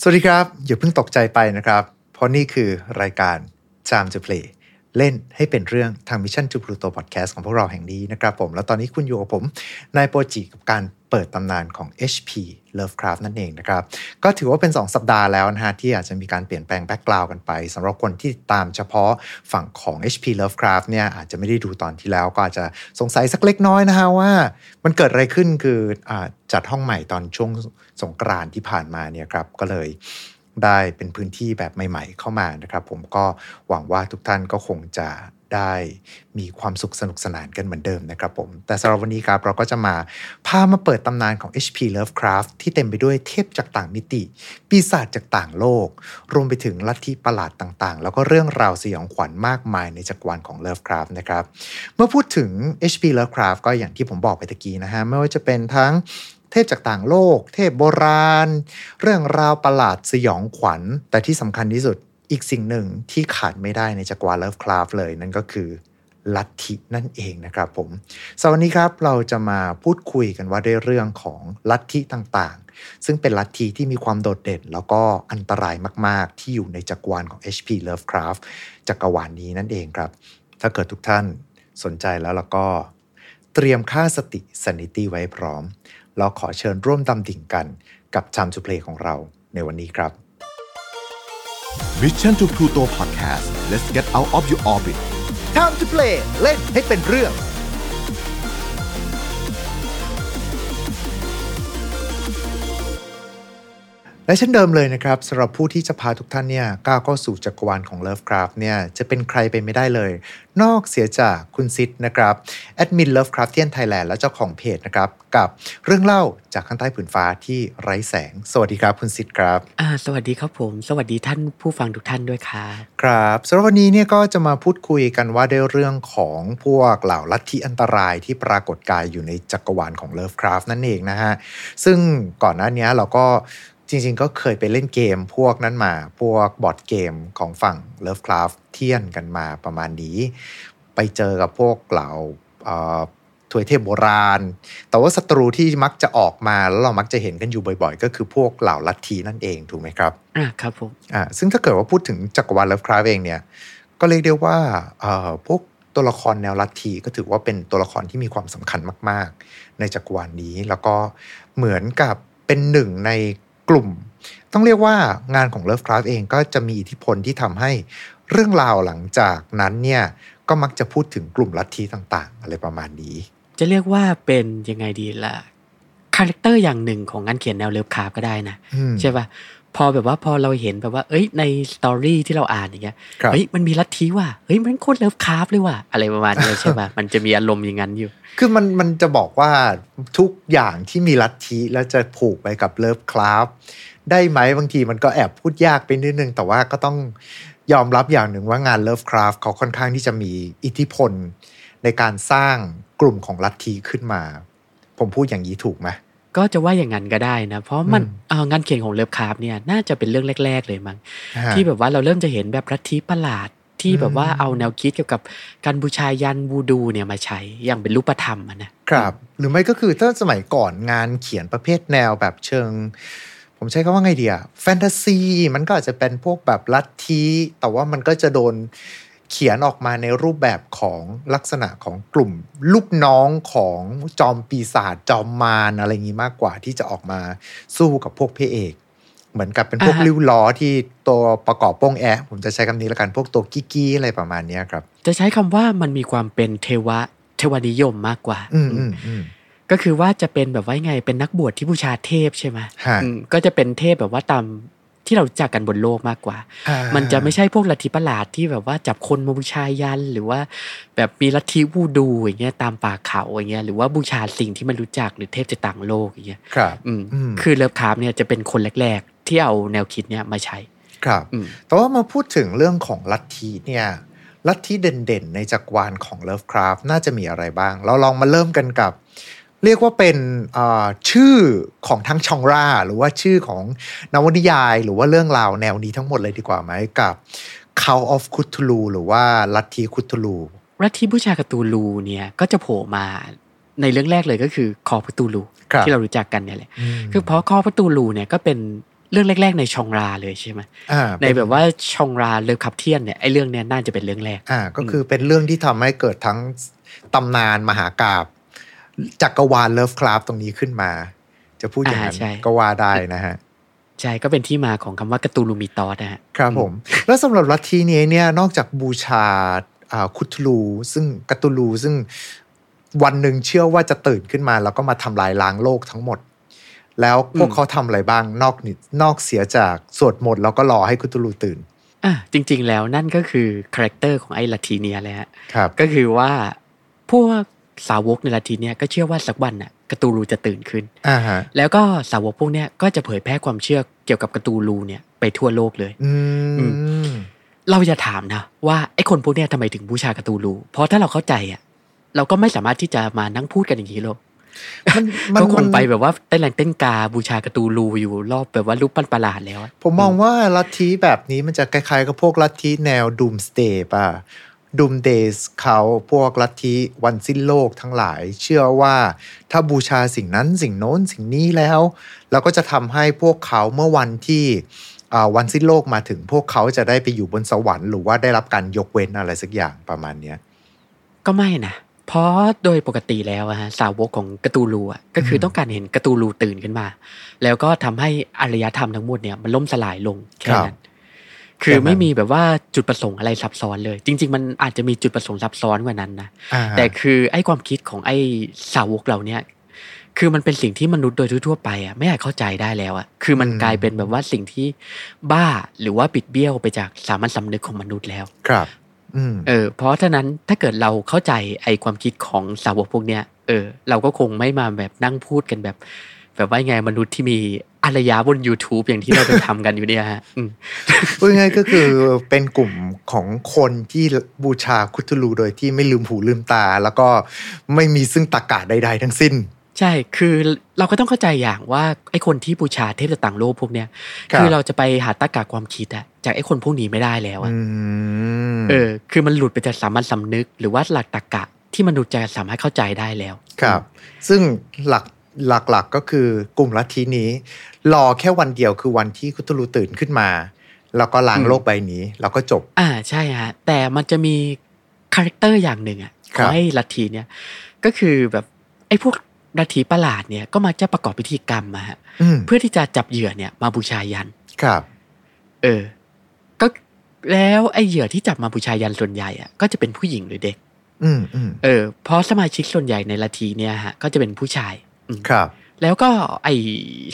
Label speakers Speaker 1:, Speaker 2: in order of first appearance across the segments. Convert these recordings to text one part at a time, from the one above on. Speaker 1: สวัสดีครับ อย่าเพิ่งตกใจไปนะครับ เพราะนี่คือรายการ Time to Play เล่นให้เป็นเรื่องทาง Mission to Pluto Podcast ของพวกเราแห่งนี้นะครับผม แล้วตอนนี้คุณอยู่กับผมนายโปรจิกับการเปิดตำนานของ HP Lovecraft นั่นเองนะครับ ก็ถือว่าเป็น 2 สัปดาห์แล้วนะฮะ ที่อาจจะมีการเปลี่ยนแปลงแบ็กกราวกันไปสำหรับคนที่ตามเฉพาะฝั่งของ HP Lovecraft เนี่ยอาจจะไม่ได้ดูตอนที่แล้วก็อาจจะสงสัยสักเล็กน้อยนะฮะว่ามันเกิดอะไรขึ้นคืออาจัดห้องใหม่ตอนช่วงสงกรานต์ที่ผ่านมาเนี่ยครับก็เลย ได้เป็นพื้นที่แบบใหม่ ๆ เข้ามานะครับ ผมก็หวังว่าทุกท่านก็คงจะได้มีความสุขสนุกสนานกันเหมือนเดิมนะครับผม แต่สำหรับวันนี้ครับ เราก็จะมาพามาเปิดตำนานของ HP Lovecraft ที่เต็มไปด้วยเทพจากต่างมิติ ปีศาจจากต่างโลก รวมไปถึงลัทธิประหลาดต่างๆ แล้วก็เรื่องราวสยองขวัญมากมายในจักรวาลของ Lovecraft นะครับ เมื่อพูดถึง HP Lovecraft ก็อย่างที่ผมบอกไปตะกี้นะฮะ ไม่ว่าจะเป็นทั้งเทพจากต่างโลก เทพโบราณ เรื่องราวประหลาดสยองขวัญ แต่ที่สำคัญที่สุดอีกสิ่งหนึ่งที่ขาดไม่ได้ในจักรวาล Lovecraft เลยนั่นก็คือ ลัทธินั่นเองนะครับผมสำหรับวันนี้ครับเราจะมาพูดคุยกันว่าด้วยเรื่องของลัทธิต่างๆ ซึ่งเป็นลัทธิที่มีความโดดเด่น แล้วก็อันตรายมาก ๆ ที่อยู่ในจักรวาลของ HP Lovecraft จักรวาลนี้นั่นเองครับ ถ้าเกิดทุกท่านสนใจแล้วแล้วก็ เตรียมค่าสติ sanity ไว้พร้อม เราขอเชิญร่วมดำดิ่งกันกับ Time to Play ของเราในวันนี้ครับ
Speaker 2: Mission to Pluto Podcast let's get out of your orbit
Speaker 1: Time to Play เล่นให้เป็นเรื่อง และเช่นเดิมเลยนะครับสำหรับผู้ที่จะพาทุกท่านเนี่ยก้าวเข้าสู่จักรวาลของ Lovecraft เนี่ยจะเป็นใครไปไม่ได้เลย นอกเสียจากคุณซิดนะครับแอดมิน Lovecraftian Thailand และเจ้าของเพจนะครับ กับเรื่องเล่าจากข้างใต้ผืนฟ้าที่ไร้แสง สวัสดีครับคุณซิดครับ
Speaker 3: อ่าสวัสดีครับผม สวัสดีท่านผู้ฟังทุกท่านด้วยครับ
Speaker 1: ครับสำหรับวันนี้เนี่ยก็จะมาพูดคุยกันว่าด้วยเรื่องของพวกเหล่าลัทธิอันตรายที่ปรากฏกายอยู่ในจักรวาลของ Lovecraft นั่นเองนะฮะ ซึ่งก่อนหน้าเนี้ยเราก็จริงๆ ก็เคยไปเล่นเกมพวกนั้นมา พวกบอร์ดเกมของฝั่ง Lovecraft เที่ยนกันมาประมาณนี้ ไปเจอกับพวกเหล่าเอ่อถวยเทพโบราณ แต่ว่าศัตรูที่มักจะออกมาแล้วเรามักจะเห็นกันอยู่บ่อยๆ ก็คือพวกเหล่าลัทธินั่นเองถูกไหมครับ
Speaker 3: อ่าครับผม
Speaker 1: อ่าซึ่งถ้าเกิดว่าพูดถึงจักรวาลเลฟคราฟเองเนี่ย ก็เรียกได้ว่าเอ่อพวกตัวละครแนวลัทธิก็ถือว่าเป็นตัวละครที่มีความสำคัญมาก ๆ ในจักรวาลนี้ แล้วก็เหมือนกับเป็นหนึ่งในกลุ่ม ต้องเรียกว่างานของเลฟคราฟเองก็จะมีอิทธิพลที่ทำให้เรื่องราวหลังจากนั้นเนี่ย ก็มักจะพูดถึงกลุ่มลัทธิต่าง ๆ อะไรประมาณนี้
Speaker 3: จะเรียกว่าเป็นยังไงดีล่ะ คาแรคเตอร์อย่างหนึ่งของงานเขียนแนวเลิฟคาร์ก็ได้นะ
Speaker 1: อืม
Speaker 3: ใช่ป่ะ พอแบบว่าพอเราเห็นแบบว่า เอ้ย ในสตอรี่ที่เราอ่านอย่างเงี้ย
Speaker 1: ครับ
Speaker 3: เฮ้ย มันมีลัทธิว่ะ เฮ้ย มันโคตรเลิฟคาร์เลยว่ะ อะไรประมาณเนี้ยใช่ป่ะ มันจะมีอารมณ์อย่างนั้นอยู่
Speaker 1: คือมันมันจะบอกว่าทุกอย่างที่มีลัทธิแล้วจะผูกไปกับเลิฟคลาฟได้ไหมบางทีมันก็แอบพูดยากไปนิดนึง แต่ว่าก็ต้องยอมรับอย่างหนึ่งว่างานเลิฟคลาฟเขาค่อนข้างที่จะมีอิทธิพล ในการสร้างกลุ่มของลัทธิขึ้นมา ผมพูดอย่างนี้ถูกไหม
Speaker 3: ก็จะว่าอย่างนั้นก็ได้นะ เพราะมัน
Speaker 1: อืม
Speaker 3: เอ่องานเขียนของเลิฟคาร์เนี่ย น่าจะเป็นเรื่องแรก ๆ เลยมั้ง
Speaker 1: ฮะ
Speaker 3: ที่แบบว่าเราเริ่มจะเห็นแบบลัทธิประหลาดที่แบบว่า
Speaker 1: อืม
Speaker 3: เอาแนวคิดเกี่ยวกับการบูชายันวูดูเนี่ยมาใช้อย่างเป็นรูปธรรมอะนะครับ
Speaker 1: หรือไม่ก็คือถ้าสมัยก่อนงานเขียนประเภทแนวแบบเชิง ผมใช้คำว่าไงเดียแฟนตาซีมันก็อาจจะเป็นพวกแบบลัทธิแต่ว่ามันก็จะโดนเขียนออกมาในรูปแบบของลักษณะของกลุ่ม ลูกน้องของจอมปีศาจจอมมารอะไรอย่างนี้มากกว่าที่จะออกมาสู้กับพวกพระเอก เหมือนกับเป็นพวกลิ้วล้อที่ตัวประกอบโป้งแอะผมจะใช้คำนี้ละกันพวกตัวกิ๊กี้ๆอะไรประมาณเนี้ยครับ
Speaker 3: จะใช้คำว่ามันมีความเป็นเทวะเทวนิยมมากกว่า
Speaker 1: อืม
Speaker 3: อื
Speaker 1: อื
Speaker 3: ม
Speaker 1: มอืม
Speaker 3: ก็คือว่าจะเป็นแบบว่าไงเป็นนักบวชที่บูชาเทพใช่ไหม
Speaker 1: ฮะ
Speaker 3: อืมก็จะเป็นเทพแบบว่าตามที่เรารู้จักกันบนโลกมากกว่า มันจะไม่ใช่พวกลัทธิประหลาดที่แบบว่าจับคนมาบูชายัน หรือว่า แบบมีลัทธิวูดูอย่างเงี้ยตามป่าเขาอย่างเงี้ยหรือว่าบูชาสิ่งที่มันรู้จักหรือเทพจากต่างโลกอย่างเงี้ย
Speaker 1: ครับ
Speaker 3: อืม
Speaker 1: อืม
Speaker 3: คือเลิฟคาร์ฟเนี่ยจะเป็นคนแรก ๆ ที่เอาแนวคิดเนี่ยมาใช้
Speaker 1: ครับ
Speaker 3: อืม
Speaker 1: แต่ว่ามาพูดถึงเรื่องของลัทธิเนี่ย ลัทธิเด่นๆ ในจักรวาลของ Lovecraft น่าจะมีอะไรบ้าง เราลองมาเริ่มกันกับ เรียกว่าเป็นเอ่อชื่อของทั้งชองราหรือว่าชื่อของนวนิยาย หรือว่าเรื่องราวแนวนี้ทั้งหมดเลยดีกว่าไหมกับ Call of Cthulhu หรือว่าลัทธิคุทูลู
Speaker 3: รัฐที่บูชากาตูลูเนี่ยก็จะโผล่มาในเรื่องแรกเลยก็คือคอปตูลู
Speaker 1: ครับ
Speaker 3: ที่เรารู้จักกันเนี่ยแหละ
Speaker 1: ม
Speaker 3: คือเพราะคอปตูลูเนี่ยก็เป็น เรื่องแรก ๆ ในชองราเลยใช่ไหม
Speaker 1: อ่า
Speaker 3: ในแบบว่าชองราเลอคับเทียนเนี่ยไอ้เรื่องเนี้ยน่าจะเป็นเรื่องแรก
Speaker 1: อ่าก็คือเป็นเรื่องที่ทำให้เกิดทั้งตำนานมหากาบจักรวาลเลิฟคราฟตรงนี้ขึ้นมา จะพูดอย่างนั้น
Speaker 3: อ่าใช่
Speaker 1: ก็ว่าได้นะฮะ
Speaker 3: ใช่ก็เป็นที่มาของคำว่ากตูลูมิตอสนะฮะ
Speaker 1: ครับผม แล้วสำหรับลัทธินี้เนี่ยนอกจากบูชาอ่าคุทูลูซึ่งกัตตูลูซึ่งวันหนึ่งเชื่อว่าจะตื่นขึ้นมา แล้วก็มาทำลายล้างโลกทั้งหมด แล้วพวก
Speaker 3: อืม
Speaker 1: เขาทำอะไรบ้างนอกนิดนอกเสียจากสวดมนต์แล้วก็รอให้คุทูลูตื่น
Speaker 3: อ่ะจริง ๆ แล้วนั่นก็คือคาแรคเตอร์ของไอ้ลัทธิเนี้ยเลยฮะ
Speaker 1: ครับ
Speaker 3: ก็คือว่าพวกสาวกในลัทธิเนี่ยก็เชื่อว่าสักวันน่ะกตูรูจะตื่นขึ้น
Speaker 1: อ่าฮะ
Speaker 3: แล้วก็สาวกพวกเนี้ยก็จะเผยแพร่ความเชื่อเกี่ยวกับกตูรูเนี่ยไปทั่วโลกเลย
Speaker 1: อื
Speaker 3: อื
Speaker 1: ม
Speaker 3: เราจะถามนะว่าไอ้คนพวกเนี้ยทำไมถึงบูชากตูรูเพราะถ้าเราเข้าใจอ่ะเราก็ไม่สามารถที่จะมานั่งพูดกันอย่างนี้หรอก
Speaker 1: มันมัน
Speaker 3: ก็ค
Speaker 1: มั
Speaker 3: ง
Speaker 1: น
Speaker 3: ไปแบบว่าเต้นแรงเต้นกาบูชากตูรูอยู่รอบแบบว่ารูปปั้นประหลาดแล้วอะ
Speaker 1: ผมมองว่าลัทธิแบบนี้มันจะคล้ายๆกับพวกลัทธิแนวดูมสเตย์ป่ะดูมเดย์เขาพวกลัทธิวันสิ้นโลกทั้งหลาย เชื่อว่าถ้าบูชาสิ่งนั้นสิ่งโน้นสิ่งนี้แล้ว เราก็จะทำให้พวกเขาเมื่อวันที่อ่าวันสิ้นโลกมาถึงพวกเขาจะได้ไปอยู่บนสวรรค์หรือว่าได้รับการยกเว้นอะไรสักอย่างประมาณเนี้ย
Speaker 3: ก็ไม่นะ เพราะโดยปกติแล้วอะฮะสาวกของกตูลูอะก็คือ
Speaker 1: ม
Speaker 3: ต้องการเห็นกตูลูตื่นขึ้นมา แล้วก็ทำให้อารยธรรมทั้งหมดเนี่ยมันล่มสลายลงแค่นั้น คือไม่มีแบบว่าจุดประสงค์อะไรซับซ้อนเลย จริง ๆ มันอาจจะมีจุดประสงค์ซับซ้อนกว่านั้นนะ
Speaker 1: อ่า
Speaker 3: แต่คือไอ้ความคิดของไอ้สาวกเหล่าเนี้ยคือมันเป็นสิ่งที่มนุษย์โดยทั่วๆไปอ่ะไม่อาจเข้าใจได้แล้วอ่ะคือมันกลายเป็นแบบว่าสิ่งที่บ้าหรือว่าปิดเบี้ยวไปจากสามัญสำนึกของมนุษย์แล้ว
Speaker 1: ครับ อืม
Speaker 3: เออเพราะฉะนั้นถ้าเกิดเราเข้าใจไอ้ความคิดของสาวกพวกเนี้ยเออเราก็คงไม่มาแบบนั่งพูดกันแบบ แบบว่าไงมนุษย์ที่มีอารยะบน YouTube อย่างที่เราจะทำกันอยู่เนี่ยฮะ อืม
Speaker 1: พูดง่ายๆก็คือเป็นกลุ่มของคนที่บูชาคุทูลูโดยที่ไม่ลืมหูลืมตา แล้วก็ไม่มีซึ่งตรกกะใดๆทั้งสิ้น
Speaker 3: ใช่คือเราก็ต้องเข้าใจอย่างว่าไอ้คนที่บูชาเทพต่างโลกพวกเนี้ย
Speaker 1: ครับ
Speaker 3: คือเราจะไปหาตากาความคิดอะจากไอ้คนพวกนี้ไม่ได้แล้วอะ
Speaker 1: อืม
Speaker 3: เออคือมันหลุดไปจากสามัญสำนึก หรือว่าหลักตรรกะที่มนุษย์จะสามารถเข้าใจได้แล้ว
Speaker 1: ครับ ซึ่งหลักหลักๆก็คือกลุ่มลัทธินี้ รอแค่วันเดียวคือวันที่คุทูลูตื่นขึ้นมา แล้วก็ล้างโลกใบนี้ แล้วก็จบ
Speaker 3: อ่าใช่ฮะแต่มันจะมีคาแรคเตอร์อย่างหนึ่งอะ ข
Speaker 1: ครั
Speaker 3: อบ ให้ลัทธิเนี่ยก็คือแบบไอ้พวกลัทธิประหลาดเนี่ยก็มักจะประกอบพิธีกรรมมาฮะ
Speaker 1: อืม
Speaker 3: เพื่อที่จะจับเหยื่อเนี่ยมาบูชายัน
Speaker 1: ครับ
Speaker 3: เออ ก็แล้วไอ้เหยื่อที่จับมาบูชายันส่วนใหญ่อะก็จะเป็นผู้หญิงหรือเด็ก
Speaker 1: อืมอืม
Speaker 3: เออเพราะสมาชิกส่วนใหญ่ในลัทธิเนี่ยฮะก็จะเป็นผู้ชายอืม
Speaker 1: ครับ
Speaker 3: แล้วก็ไอ้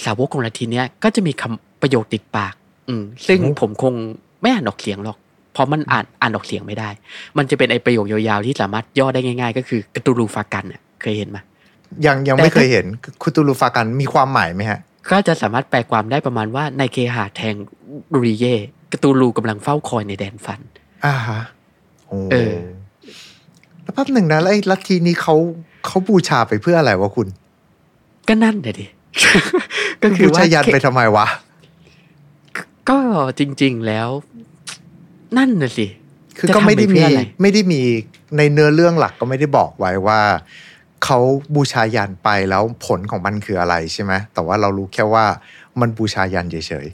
Speaker 3: สาวกของลัทธิเนี่ยก็จะมีคำประโยคติดปาก อืมซึ่งผมคงไม่อ่านออกเสียงหรอก เพราะมันอ่านอ่านออกเสียงไม่ได้ มันจะเป็นไอ้ประโยคยาวๆที่สามารถย่อได้ง่าย ๆ ก็คือกระตูรูฟากันอะเคยเห็นไหม
Speaker 1: ยังยังไม่เคยเห็นคุทูลูฟากันมีความหมายไหมฮะ
Speaker 3: ก็จะสามารถแปลความได้ประมาณว่าในเคหะแทงรุริเย่กระตูลูกำลังเฝ้าคอยในแดนฝัน
Speaker 1: อ่าฮะโอ้
Speaker 3: เออ
Speaker 1: แล้วแป๊บหนึ่งนะแล้วไอ้ลัทธินี้เขาเขาบูชาไปเพื่ออะไรวะคุณ
Speaker 3: ก็นั่นเลยดิ ก็คื
Speaker 1: บู
Speaker 3: อว่า
Speaker 1: ชายันไปทำไมวะ
Speaker 3: ก็จริง ๆแล้ว นั่นน่ะสิ
Speaker 1: คือก็ไม่ได้
Speaker 3: จะทำไปเพื่
Speaker 1: มี
Speaker 3: ออะไร
Speaker 1: ไม่ได้มีในเนื้อเรื่องหลักก็ไม่ได้บอกไว้ว่าเขาบูชายันไปแล้วผลของมันคืออะไรใช่ไหมแต่ว่าเรารู้แค่ว่ามันบูชายันเฉย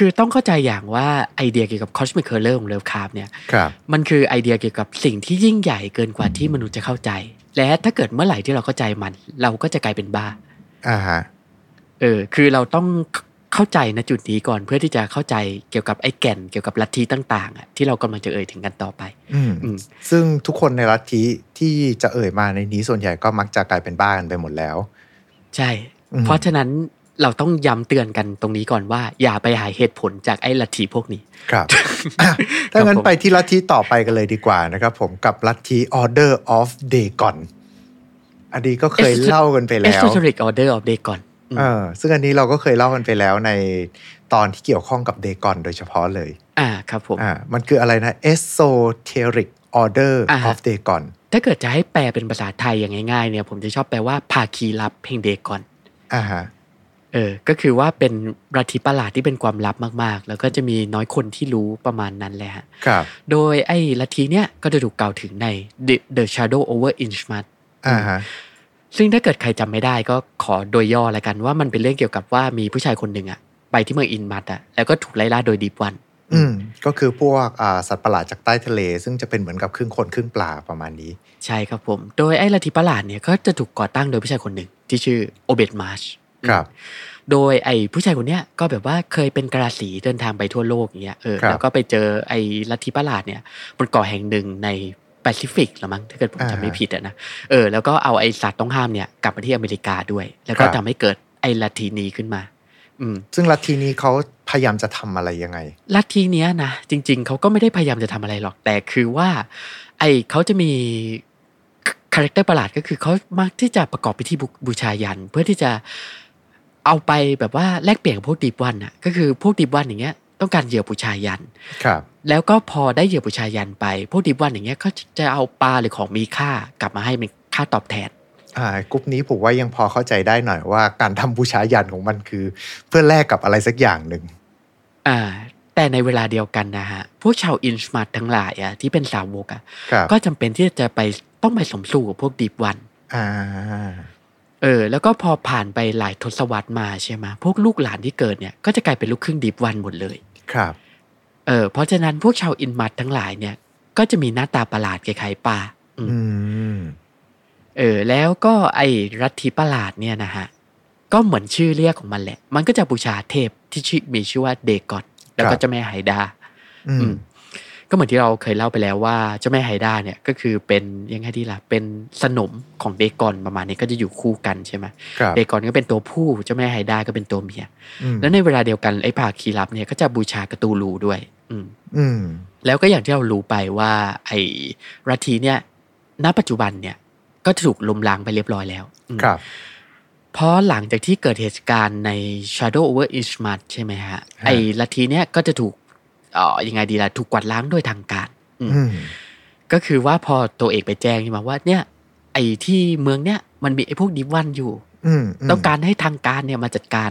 Speaker 3: คือต้องเข้าใจอย่างว่าไอเดียเกี่ยวกับคอสมิคเคอร์เลอร์ของเลิฟคาร์เนี่ย
Speaker 1: ๆครับ
Speaker 3: มันคือไอเดียเกี่ยวกับสิ่งที่ยิ่งใหญ่เกินกว่าที่มนุษย์จะเข้าใจ และถ้าเกิดเมื่อไหร่ที่เราเข้าใจมัน เราก็จะกลายเป็นบ้า
Speaker 1: อ่าฮะ
Speaker 3: เออคือเราต้องเขเข้าใจณจุดนี้ก่อนเพื่อที่จะเข้าใจเกี่ยวกับไอ้แก่นเกี่ยวกับลัทธิต่างๆอะที่เรากำลังจะเอ่ยถึงกันต่อไป
Speaker 1: อืม
Speaker 3: อืม
Speaker 1: ซึ่งทุกคนในลัทธิที่จะเอ่ยมาในนี้ส่วนใหญ่ก็มักจะกลายเป็นบ้ากันไปหมดแล้ว
Speaker 3: ใช่
Speaker 1: อืม
Speaker 3: เพราะฉะนั้นเราต้องย้ำเตือนกันตรงนี้ก่อนว่า อย่าไปหาเหตุผลจากไอ้ลัทธิพวกนี้
Speaker 1: ครับอ่ะถ้างั้น
Speaker 3: ผม
Speaker 1: ไปที่ลัทธิต่อไปกันเลยดีกว่านะครับผมกับลัทธิ Order of Dagon อันนี้ก็เคยเล่ากันไป
Speaker 3: เอส
Speaker 1: แล้ว
Speaker 3: โตริกออเดอร์ออฟเดก่อนอืม
Speaker 1: เออซึ่งอันนี้เราก็เคยเล่ากันไปแล้วในตอนที่เกี่ยวข้องกับเดกอนโดยเฉพาะเลย
Speaker 3: อ่าครับผม
Speaker 1: อ่า มันคืออะไรนะ esoteric order
Speaker 3: อ่าฮะ
Speaker 1: of Dagon
Speaker 3: ถ้าเกิดจะให้แปลเป็นภาษาไทยอย่างง่ายๆเนี่ยผมจะชอบแปลว่าภาคีลับเพลงเดก่อน
Speaker 1: อ่าฮะ
Speaker 3: เออ ก็คือว่าเป็นรัฐิประหลาดที่เป็นความลับมากๆ แล้วก็จะมีน้อยคนที่รู้ประมาณนั้นแหละฮะ
Speaker 1: ครับ
Speaker 3: โดยไอ้ลัทธิเนี่ยก็จะถูกกล่าวถึงใน The, The Shadow over Inchmart
Speaker 1: อ่าฮะ
Speaker 3: ซึ่งถ้าเกิดใครจำไม่ได้ก็ขอโดยย่อละกันว่ามันเป็นเรื่องเกี่ยวกับว่ามีผู้ชายคนหนึ่งอะ ไปที่เมืองอินมัดอะแล้วก็ถูกไล่ล่าโดยดีปวัน
Speaker 1: อืมก็คือพวกอ่าสัตว์ประหลาดจากใต้ทะเล ซึ่งจะเป็นเหมือนกับครึ่งคนครึ่งปลาประมาณนี้
Speaker 3: ใช่ครับผม โดยไอ้ลัทธิประหลาดเนี่ยก็จะถูกก่อตั้งโดยผู้ชายคนหนึ่ง ที่ชื่อโอเบตมาร์ช
Speaker 1: ครับ
Speaker 3: โดยไอ้ผู้ชายคนเนี้ยก็แบบว่าเคยเป็นกระสีเดินทางไปทั่วโลกอย่างเงี้ยเออ
Speaker 1: ครับ
Speaker 3: แล้วก็ไปเจอไอ้ลัทธิประหลาดเนี่ยบนเกาะแห่งหนึ่งในแปซิฟิกละมั้งถ้าเกิดผม
Speaker 1: อ่า
Speaker 3: จำไม่ผิดอะนะเออแล้วก็เอาไอ้สัตว์ต้องห้ามเนี่ยกลับมาที่อเมริกาด้วย แล้วก็
Speaker 1: ครับ
Speaker 3: ทำให้เกิดไอ้ลัทธินี้ขึ้นมา อืม
Speaker 1: ซึ่งลัทธินี้เขาพยายามจะทำอะไรยังไง
Speaker 3: ลัทธิเนี้ยนะจริง ๆเขาก็ไม่ได้พยายามจะทำอะไรหรอกแต่คือว่า ไอเขาจะมีคาแรคเตอร์ประหลาดก็คือเขามักที่จะประกอบพิธีบูบูชายัน เพื่อที่จะเอาไปแบบว่าแลกเปลี่ยนกับพวกดีบวันอ่ะก็คือพวกดีบวันอย่างเงี้ยต้องการเหยื่อบูชายัน
Speaker 1: ครับ
Speaker 3: แล้วก็พอได้เหยื่อบูชายันไป พวกดีบวันอย่างเงี้ยเขาจะเอาปลาหรือของมีค่ากลับมาให้เป็นค่าตอบแทน
Speaker 1: อ่ากรุ๊ปนี้ผมว่ายังพอเข้าใจได้หน่อยว่าการทำบูชายันของมันคือ เพื่อแลกกับอะไรสักอย่างหนึ่ง
Speaker 3: อ่า แต่ในเวลาเดียวกันนะฮะพวกชาวอินชมาร์ทั้งหลายอ่ะที่เป็นสาวกอ่ะ
Speaker 1: ครับ
Speaker 3: ก็จำเป็นที่จะไปต้องไปสมสู่กับพวกดีบวัน
Speaker 1: อ่า
Speaker 3: เออ แล้วก็พอผ่านไปหลายทศวรรษมาใช่ไหมพวกลูกหลานที่เกิดเนี่ยก็จะกลายเป็นลูกครึ่งดีบวันหมดเลย
Speaker 1: ครับ
Speaker 3: เออ เพราะฉะนั้นพวกชาวอินมัดทั้งหลายเนี่ย ก็จะมีหน้าตาประหลาดคล้ายๆปลาอืม
Speaker 1: อืม
Speaker 3: เออ แล้วก็ไอ้รัทธิประหลาดเนี่ยนะฮะ ก็เหมือนชื่อเรียกของมันแหละ มันก็จะบูชาเทพที่ชื่อมีชื่อว่าเดกอดแล้ว
Speaker 1: ครั
Speaker 3: ก็
Speaker 1: บ
Speaker 3: เจ้าแม่ไฮดา
Speaker 1: อื
Speaker 3: อื
Speaker 1: ม
Speaker 3: มก็เหมือนที่เราเคยเล่าไปแล้วว่าเจ้าแม่ไฮด้าเนี่ยก็คือเป็นยังไงดีล่ะเป็นสนมของเดกอนประมาณนี้ก็จะอยู่คู่กันใช่ไหม
Speaker 1: ครับ
Speaker 3: เดกอนก็เป็นตัวผู้เจ้าแม่ไฮด้าก็เป็นตัวเมีย
Speaker 1: อืม
Speaker 3: แล้วในเวลาเดียวกันไอ้ภาคีรับเนี่ยก็จะบูชากระตูลูด้วย อืม
Speaker 1: อืม
Speaker 3: แล้วก็อย่างที่เรารู้ไปว่า ไอ้รัทธีเนี่ย ณปัจจุบันเนี่ยก็ถูกลมล้างไปเรียบร้อยแล้วอืม
Speaker 1: ครับ
Speaker 3: เพราะหลังจากที่เกิดเหตุการณ์ใน Shadow over Ishmael ใช่ไหมฮะไอ้รัทธีเนี่ยก็จะถูกเอ่อยังไงดีล่ะถูกกวาดล้างโดยทางการ อืม
Speaker 1: อืม
Speaker 3: ก็คือว่าพอตัวเอกไปแจ้งใช่ไหมว่าเนี่ย ไอ้ที่เมืองเนี่ยมันมีไอ้พวกดิบวันอยู่
Speaker 1: อืมม
Speaker 3: ต้องการให้ทางการเนี่ยมาจัดการ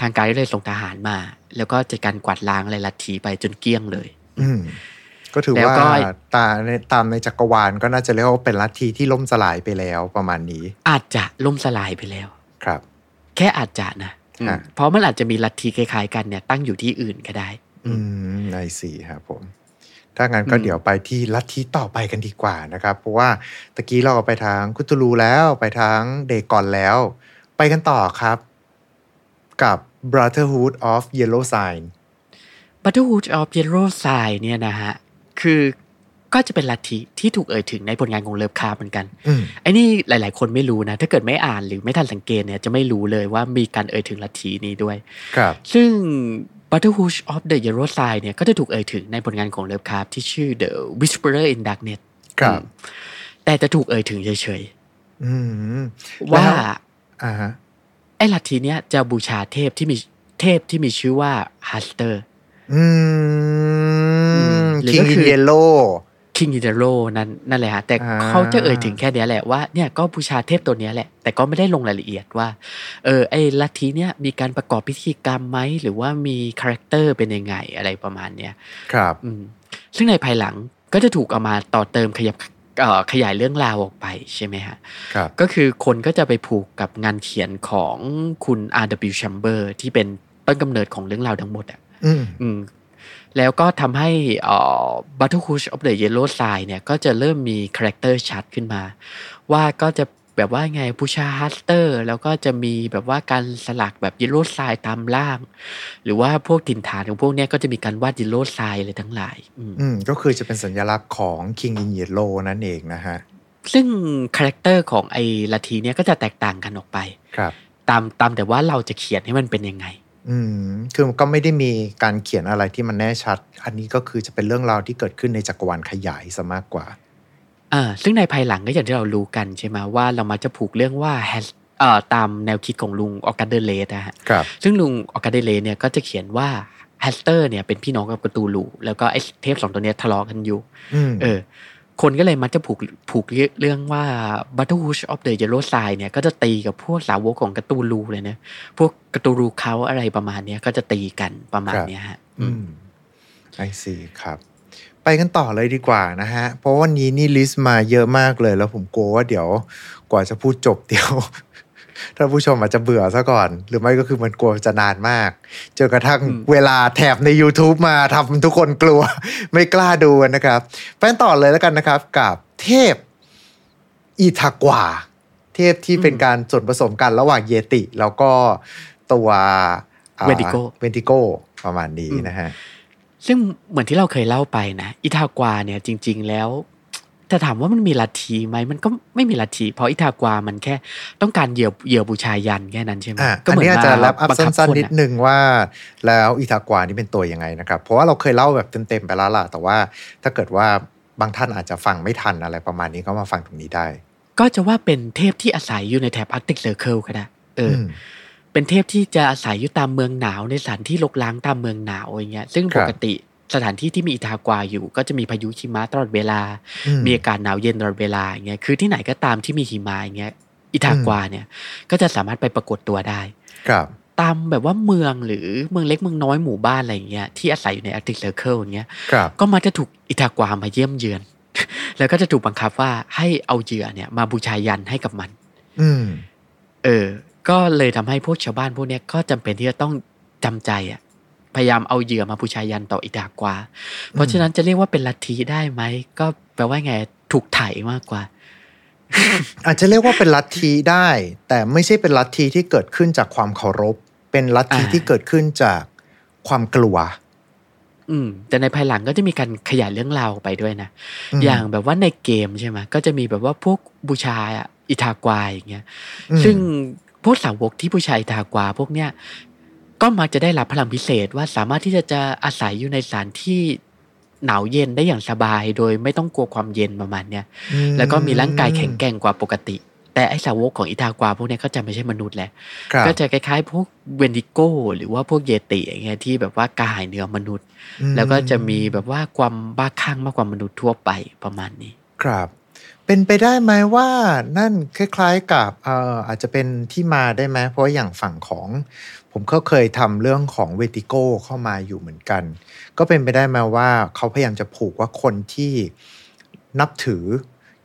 Speaker 3: ทางการก็เลยส่งทหารมา แล้วก็จัดการกวาดล้างอะไรลัทธิไปจนเกลี้ยงเลย
Speaker 1: อืม ก็ถือ
Speaker 3: แล้ว
Speaker 1: ว่า
Speaker 3: ก็
Speaker 1: ตาในตามในจักรวาลก็น่าจะเรียกว่าเป็นลัทธิที่ล่มสลายไปแล้วประมาณนี้
Speaker 3: อาจจะล่มสลายไปแล้ว
Speaker 1: ครับ
Speaker 3: แค่อาจจะนะอืม
Speaker 1: ฮะ
Speaker 3: เพราะมันอาจจะมีลัทธิคล้ายๆกันเนี่ยตั้งอยู่ที่อื่นก็ได้
Speaker 1: อืมในสี่ครับผม ถ้างั้นก็
Speaker 3: อืม
Speaker 1: เดี๋ยวไปที่ลัทธิต่อไปกันดีกว่านะครับ เพราะว่าตะกี้เราไปทางคุตูลูแล้วไปทางเดกอนแล้ว ไปกันต่อครับ กับ Brotherhood of Yellow Sign
Speaker 3: Brotherhood of Yellow Sign เนี่ยนะฮะคือก็จะเป็นลัทธิที่ถูกเอ่ยถึงในผลงานของเลิฟคาร์เหมือนกัน
Speaker 1: อืม
Speaker 3: ไอ้นี่หลาย ๆ คนไม่รู้นะ ถ้าเกิดไม่อ่านหรือไม่ทันสังเกตเนี่ยจะไม่รู้เลยว่ามีการเอ่ยถึงลัทธินี้ด้วย
Speaker 1: ครับ
Speaker 3: ซึ่ง b u t t e r h o o s of the Yellow Side เนี่ยก็จะถูกเอ่ยถึงในผลงานของเลิฟคาร์ที่ชื่อ The Whisperer in Darkness
Speaker 1: ครับ
Speaker 3: อืมแต่จะถูกเอ่ยถึงเฉย
Speaker 1: อืม
Speaker 3: ๆ ว่า
Speaker 1: แล้ว อ่าฮะ
Speaker 3: ไอ้ลัทธิเนี้ยจะบูชาเทพที่มีเทพที่มีชื่อว่าฮัสเตอร์
Speaker 1: อืม
Speaker 3: หรือ
Speaker 1: King
Speaker 3: ก็คื
Speaker 1: in
Speaker 3: อ
Speaker 1: Yellow
Speaker 3: คิงอินเดโรนั่นนั่นแหละฮะแต่
Speaker 1: อ่า
Speaker 3: เขาจะเอ่ยถึงแค่เนี้ยแหละว่าเนี่ยก็บูชาเทพตัวเนี้ยแหละ แต่ก็ไม่ได้ลงรายละเอียดว่าเออไอ้ลัทธิเนี่ยมีการประกอบพิธีกรรมไหมหรือว่ามีคาแรคเตอร์เป็นยังไงอะไรประมาณเนี้ย
Speaker 1: ครับ
Speaker 3: อืมซึ่งในภายหลังก็จะถูกเอามาต่อเติมขยับเอ่อขยายเรื่องราวออกไปใช่ไหมฮะ
Speaker 1: ครับ
Speaker 3: ก็คือคนก็จะไปผูกกับงานเขียนของคุณ R.W. Chamber ที่เป็นต้นกำเนิดของเรื่องราวทั้งหมดอ่ะ
Speaker 1: อืม
Speaker 3: อืมแล้วก็ทำให้เอ่อ Battlecrush of the Yellow Sign เนี่ยก็จะเริ่มมีคาแรคเตอร์ชัดขึ้นมา ว่าก็จะแบบว่าไงผู้ชาฮัสเตอร์ แล้วก็จะมีแบบว่าการสลักแบบ Yellow Sign ตามล่าง หรือว่าพวกถิ่นฐานของพวกเนี้ยก็จะมีการวาด Yellow Sign อะไรทั้งหลายอืม
Speaker 1: อืม ก็คือจะเป็นสัญลักษณ์ของ King in Yellow นั่นเองนะฮะ
Speaker 3: ซึ่งคาแรคเตอร์ของไอ้ลัทธิเนี่ยก็จะแตกต่างกันออกไป
Speaker 1: ครับ
Speaker 3: ตามตามแต่ว่าเราจะเขียนให้มันเป็นยังไง
Speaker 1: อืม คือมันก็ไม่ได้มีการเขียนอะไรที่มันแน่ชัด อันนี้ก็คือจะเป็นเรื่องราวที่เกิดขึ้นในจักรวาลขยายซะมากกว่า
Speaker 3: อ่าซึ่งในภายหลังก็อย่างที่เรารู้กันใช่ไหมว่าเรามาจะผูกเรื่องว่าแฮชเอ่อตามแนวคิดของลุงออกาเดเลสนะฮะ
Speaker 1: ครับ
Speaker 3: ซึ่งลุงออกาเดเลสเนี่ยก็จะเขียนว่าแฮสเตอร์เนี่ยเป็นพี่น้องกับกระตูลูแล้วก็ไอ้เทพสองตัวเนี้ยทะเลาะกันอยู่
Speaker 1: อืม
Speaker 3: เออ คนก็เลยมักจะผูกผูกเรื่องว่า b u t t e r h o o s of the Yellow Side เนี่ยก็จะตีกับพวกสาวกของกระตูลูเลยนะพวกกระตูลูเขาอะไรประมาณเนี้ยก็จะตีกันประมาณเนี้ยฮะอื
Speaker 1: อื
Speaker 3: ม
Speaker 1: มไอซีครับ ไปกันต่อเลยดีกว่านะฮะ เพราะวันนี้นี่ลิสต์มาเยอะมากเลย แล้วผมกลัวว่าเดี๋ยวกว่าจะพูดจบเดี๋ยว ท่านผู้ชมอาจจะเบื่อซะก่อน หรือไม่ก็คือมันกลัวจะนานมากจนกระทั่ง
Speaker 3: อืม
Speaker 1: เวลาแถบใน YouTube มาทำทุกคนกลัว ไม่กล้าดูกันนะครับไปกันต่อเลยแล้วกันนะครับ กับเทพอีทากวา เทพที่เป็นการส่วนผสมกันระหว่างเยติ แล้วก็ตัวอ่า
Speaker 3: Wendigo
Speaker 1: เวนติโกประมาณนี้นะฮะ
Speaker 3: ซึ่งเหมือนที่เราเคยเล่าไปนะอิทากวาเนี่ยจริง ๆ แล้วจะถามว่ามันมีลัทธิไหมมันก็ไม่มีลัทธิเพราะอิทากวามันแค่ต้องการเหยื่อเหยื่อบูชายันแค่นั้นใช่ไหม
Speaker 1: อ่ะ
Speaker 3: ก็
Speaker 1: อัน
Speaker 3: เหมือ
Speaker 1: นี้
Speaker 3: น
Speaker 1: อาจ
Speaker 3: มา
Speaker 1: จะแรปอัพ
Speaker 3: บังคับ
Speaker 1: สั้น
Speaker 3: ค
Speaker 1: ๆ นิด
Speaker 3: อะ
Speaker 1: นึงว่าแล้วอิทากวานี่เป็นตัวยังไงนะครับ เพราะว่าเราเคยเล่าแบบเต็มๆไปแล้วล่ะ แต่ว่าถ้าเกิดว่าบางท่านอาจจะฟังไม่ทันอะไรประมาณนี้ก็มาฟังตรงนี้ได้
Speaker 3: ก็จะว่าเป็นเทพที่อาศัยอยู่ในแถบอาร์กติกเซอร์เคิลก็ได้เอออ
Speaker 1: ม
Speaker 3: เป็นเทพที่จะอาศัยอยู่ตามเมืองหนาวในสถานที่ลกล้างตามเมืองหนาวอย่างเงี้ย ซึ่ง
Speaker 1: ครั
Speaker 3: ป
Speaker 1: บ
Speaker 3: กติสถานที่ที่มีอิทากวาอยู่ ก็จะมีพายุหิมะตลอดเวลา
Speaker 1: อืม
Speaker 3: มีอากาศหนาวเย็นตลอดเวลาอย่างเงี้ย คือที่ไหนก็ตามที่มีหิมะอย่างเงี้ย อิทากวาเนี่ย ก็จะสามารถไปปรากฏตัวได้
Speaker 1: ครับ
Speaker 3: ตามแบบว่าเมืองหรือเมืองเล็กเมืองน้อยหมู่บ้านอะไรอย่างเงี้ย ที่อาศัยอยู่ในอาร์กติกเซอร์เคิลอย่างเงี้ย
Speaker 1: ครับ
Speaker 3: ก็มักจะถูกอิทากวามาเยี่ยมเยือน แล้วก็จะถูกบังคับว่าให้เอาเหยื่อเนี่ยมาบูชายันให้กับมัน
Speaker 1: อืม
Speaker 3: เออ ก็เลยทำให้พวกชาวบ้านพวกเนี้ยก็จำเป็นที่จะต้องจำใจอ่ะ พยายามเอาเหยื่อมาบูชายันต่ออิทากวา เพราะฉะนั้นจะเรียกว่าเป็นลัทธิได้ไหม ก็แปลว่าไง ถูกไถมากกว่า
Speaker 1: อาจจะเรียกว่าเป็นลัทธิได้ แต่ไม่ใช่เป็นลัทธิที่เกิดขึ้นจากความเคารพ เป็นลัทธิ
Speaker 3: อ่า
Speaker 1: ที่เกิดขึ้นจากความกลัว
Speaker 3: อืม แต่ในภายหลังก็จะมีการขยายเรื่องราวไปด้วยนะ
Speaker 1: ม
Speaker 3: อย่างแบบว่าในเกมใช่ไหมก็จะมีแบบว่าพวกบูชาอะอิทากวาอย่างเงี้ย
Speaker 1: อืม
Speaker 3: ซึ่งพวกสาวกที่ผู้ชายทากวาพวกเนี้ยก็มักจะได้รับพลังพิเศษว่าสามารถที่จะจะอาศัยอยู่ในสถานที่หนาวเย็นได้อย่างสบาย โดยไม่ต้องกลัวความเย็นประมาณเนี้ย
Speaker 1: อื
Speaker 3: แล้วก็มีร่างกายแข็งแกร่งกว่าปกติ แต่ไอสาวกของอิทากวาพวกเนี้ยก็จะไม่ใช่มนุษย์แหละ
Speaker 1: ครับ
Speaker 3: ก็จะคล้ายๆ พวกเวนดิโกหรือว่าพวกเยติอย่างเงี้ยที่แบบว่ากระหายเหนื้อมนุษย์
Speaker 1: อืม
Speaker 3: แล้วก็จะมีแบบว่าความบ้าคลั่งมากกว่ามนุษย์ทั่วไปประมาณนี้
Speaker 1: ครับ เป็นไปได้ไหมว่านั่นคล้ายๆกับเอ่ออาจจะเป็นที่มาได้ไหมเพราะอย่างฝั่งของ ผมก็เคยทำเรื่องของเวติโก้เข้ามาอยู่เหมือนกัน ก็เป็นไปได้ไหมว่าเขาพยายามจะผูกว่าคนที่นับถือ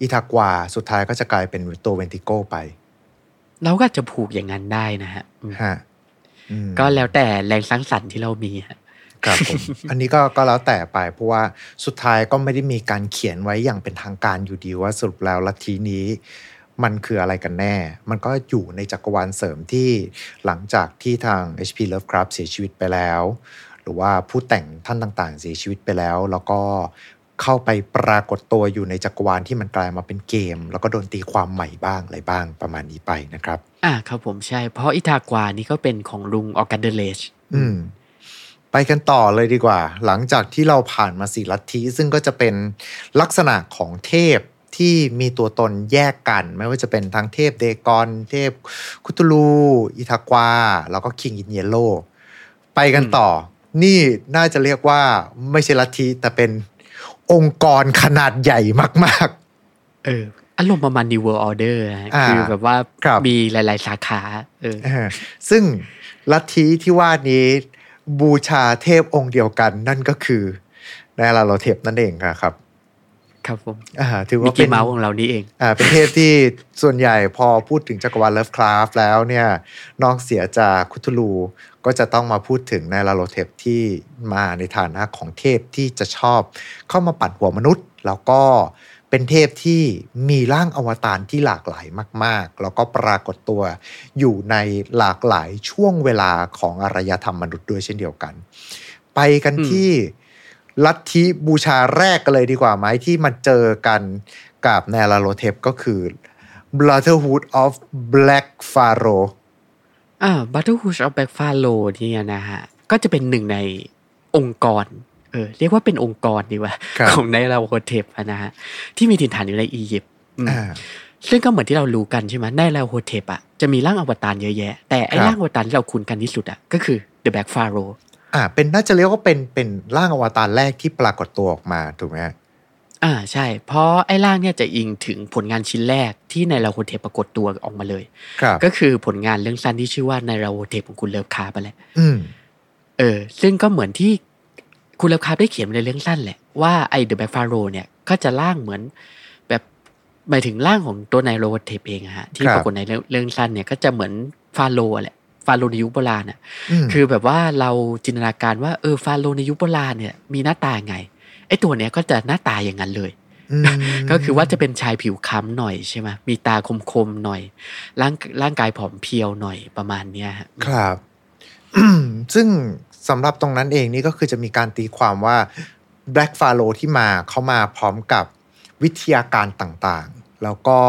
Speaker 1: อิทากวาสุดท้ายก็จะกลายเป็นตัวเวนติโก้ไป
Speaker 3: เราก็อาจจะผูกอย่างนั้นได้นะฮะอืม
Speaker 1: ฮะอืม
Speaker 3: ก็แล้วแต่แรงสร้างสรรค์ที่เรามีฮะ
Speaker 1: ครับผม อันนี้ก็ก็แล้วแต่ไปเพราะว่าสุดท้ายก็ไม่ได้มีการเขียนไว้อย่างเป็นทางการอยู่ดีว่าสรุปแล้วลัทธินี้ มันคืออะไรกันแน่ มันก็อยู่ในจักรวาลเสริมที่หลังจากที่ทาง H.P. Lovecraft เสียชีวิตไปแล้ว หรือว่าผู้แต่งท่านต่างๆ เสียชีวิตไปแล้ว แล้วก็เข้าไปปรากฏตัวอยู่ในจักรวาลที่มันกลายมาเป็นเกม แล้วก็โดนตีความใหม่บ้างอะไรบ้างประมาณนี้ไปนะครับ
Speaker 3: อ่าครับผมใช่ เพราะอิทากวานี่ก็เป็นของลุงออร์แกนเดเลช
Speaker 1: อืม ไปกันต่อเลยดีกว่า หลังจากที่เราผ่านมาสี่ลัทธิซึ่งก็จะเป็นลักษณะของเทพที่มีตัวตนแยกกัน ไม่ว่าจะเป็นทั้งเทพเดกอน เทพคุตูลู อิทากวา แล้วก็คิงอินเยโล ไปกันต่อ นี่น่าจะเรียกว่าไม่ใช่ลัทธิแต่เป็นองค์กรขนาดใหญ่มาก
Speaker 3: เอออารมณ์ประมาณ New World Order นะฮะ
Speaker 1: อ่า
Speaker 3: คือแบบว่า
Speaker 1: ครับ
Speaker 3: มีหลาย ๆ สาขาเออ
Speaker 1: เออ ซึ่งลัทธิที่ว่านี้บูชาเทพองค์เดียวกัน นั่นก็คือในลาโลเทพนั่นเองครับ
Speaker 3: ครับผม
Speaker 1: อ่าถือ
Speaker 3: มิ
Speaker 1: ว่าก เป็
Speaker 3: กี้
Speaker 1: น
Speaker 3: เมาส์ของเรานี่เอง
Speaker 1: อ่าเป็นเทพที่ส่วนใหญ่พอพูดถึงจักรวาลเลิฟคราฟแล้วเนี่ยนอกเสียจากคุทูลูก็จะต้องมาพูดถึงในลาโลเทพที่มาในฐานะของเทพที่จะชอบเข้ามาปัดหัวมนุษย์ แล้วก็เป็นเทพที่มีร่างอวตารที่หลากหลายมาก ๆ แล้วก็ปรากฏตัว อยู่ในหลากหลายช่วงเวลาของอารยธรรมมนุษย์ด้วยเช่นเดียวกัน ไปกัน
Speaker 3: อืม
Speaker 1: ที่ลัทธิบูชาแรกกันเลยดีกว่าไหมที่มาเจอกันกับแนลาโลเทปก็คือ Brotherhood of Black Pharaoh
Speaker 3: อ่า Battlehood of Black Pharaoh เนี่ยนะฮะ ก็จะเป็นหนึ่งในองค์กรเออเรียกว่าเป็นองค์กรดีกว่า
Speaker 1: ครับ
Speaker 3: ของในราโคเทปอะนะฮะ ที่มีถิ่นฐานอยู่ในอียิปต์อืม
Speaker 1: อ่า
Speaker 3: ซึ่งก็เหมือนที่เรารู้กันใช่ไหมในแล้วโฮเทปอะจะมีร่างอวตารเยอะแยะ แต่ไอ้
Speaker 1: ครับ
Speaker 3: ร่างอวตารที่เราคุ้นกันที่สุดอะก็คือ The Black Pharaoh
Speaker 1: อ่าเป็นน่าจะเรียกว่าเป็นเป็นร่างอวตารแรกที่ปรากฏตัวออกมาถูกไหมฮะ
Speaker 3: อ่าใช่ เพราะไอ้ร่างเนี่ยจะอิงถึงผลงานชิ้นแรกที่ในราโฮเทปปรากฏตัวออกมาเลย
Speaker 1: ครับ
Speaker 3: ก็คือผลงานเรื่องสั้นที่ชื่อว่าในราโฮเทปของคุณเลิฟคาร์ไปแหละ
Speaker 1: อืม
Speaker 3: เออซึ่งก็เหมือนที่คุณเลิฟคาร์ได้เขียนไว้ในเรื่องสั้นแหละว่าไอ้ The Black Pharaoh เนี่ยก็จะร่างเหมือนแบบ หมายถึงร่างของตัวนายโรเทปเองอะฮะที่
Speaker 1: ครับ
Speaker 3: ปรากฏในเรื่องเรื่องสั้นเนี่ยก็จะเหมือนฟาโรห์อะแหละฟาโรห์ในยุคโบราณอะ
Speaker 1: ม
Speaker 3: คือแบบว่าเราจินตนาการว่าเออฟาโรห์ในยุคโบราณเนี่ยมีหน้าตาไงไอ้ตัวเนี้ยก็จะหน้าตาอย่างนั้นเลย ก็คือว่าจะเป็นชายผิวค้ำหน่อยใช่ไหมมีตาคมๆหน่อย ร่างร่างกายผอมเพรียวหน่อยประมาณเนี้ยฮะ
Speaker 1: ครับ ซึ่งสำหรับตรงนั้นเองนี่ก็คือจะมีการตีความว่า Black f a l o ที่มาเขามาพร้อมกับวิทยาการต่างๆ แล้วก็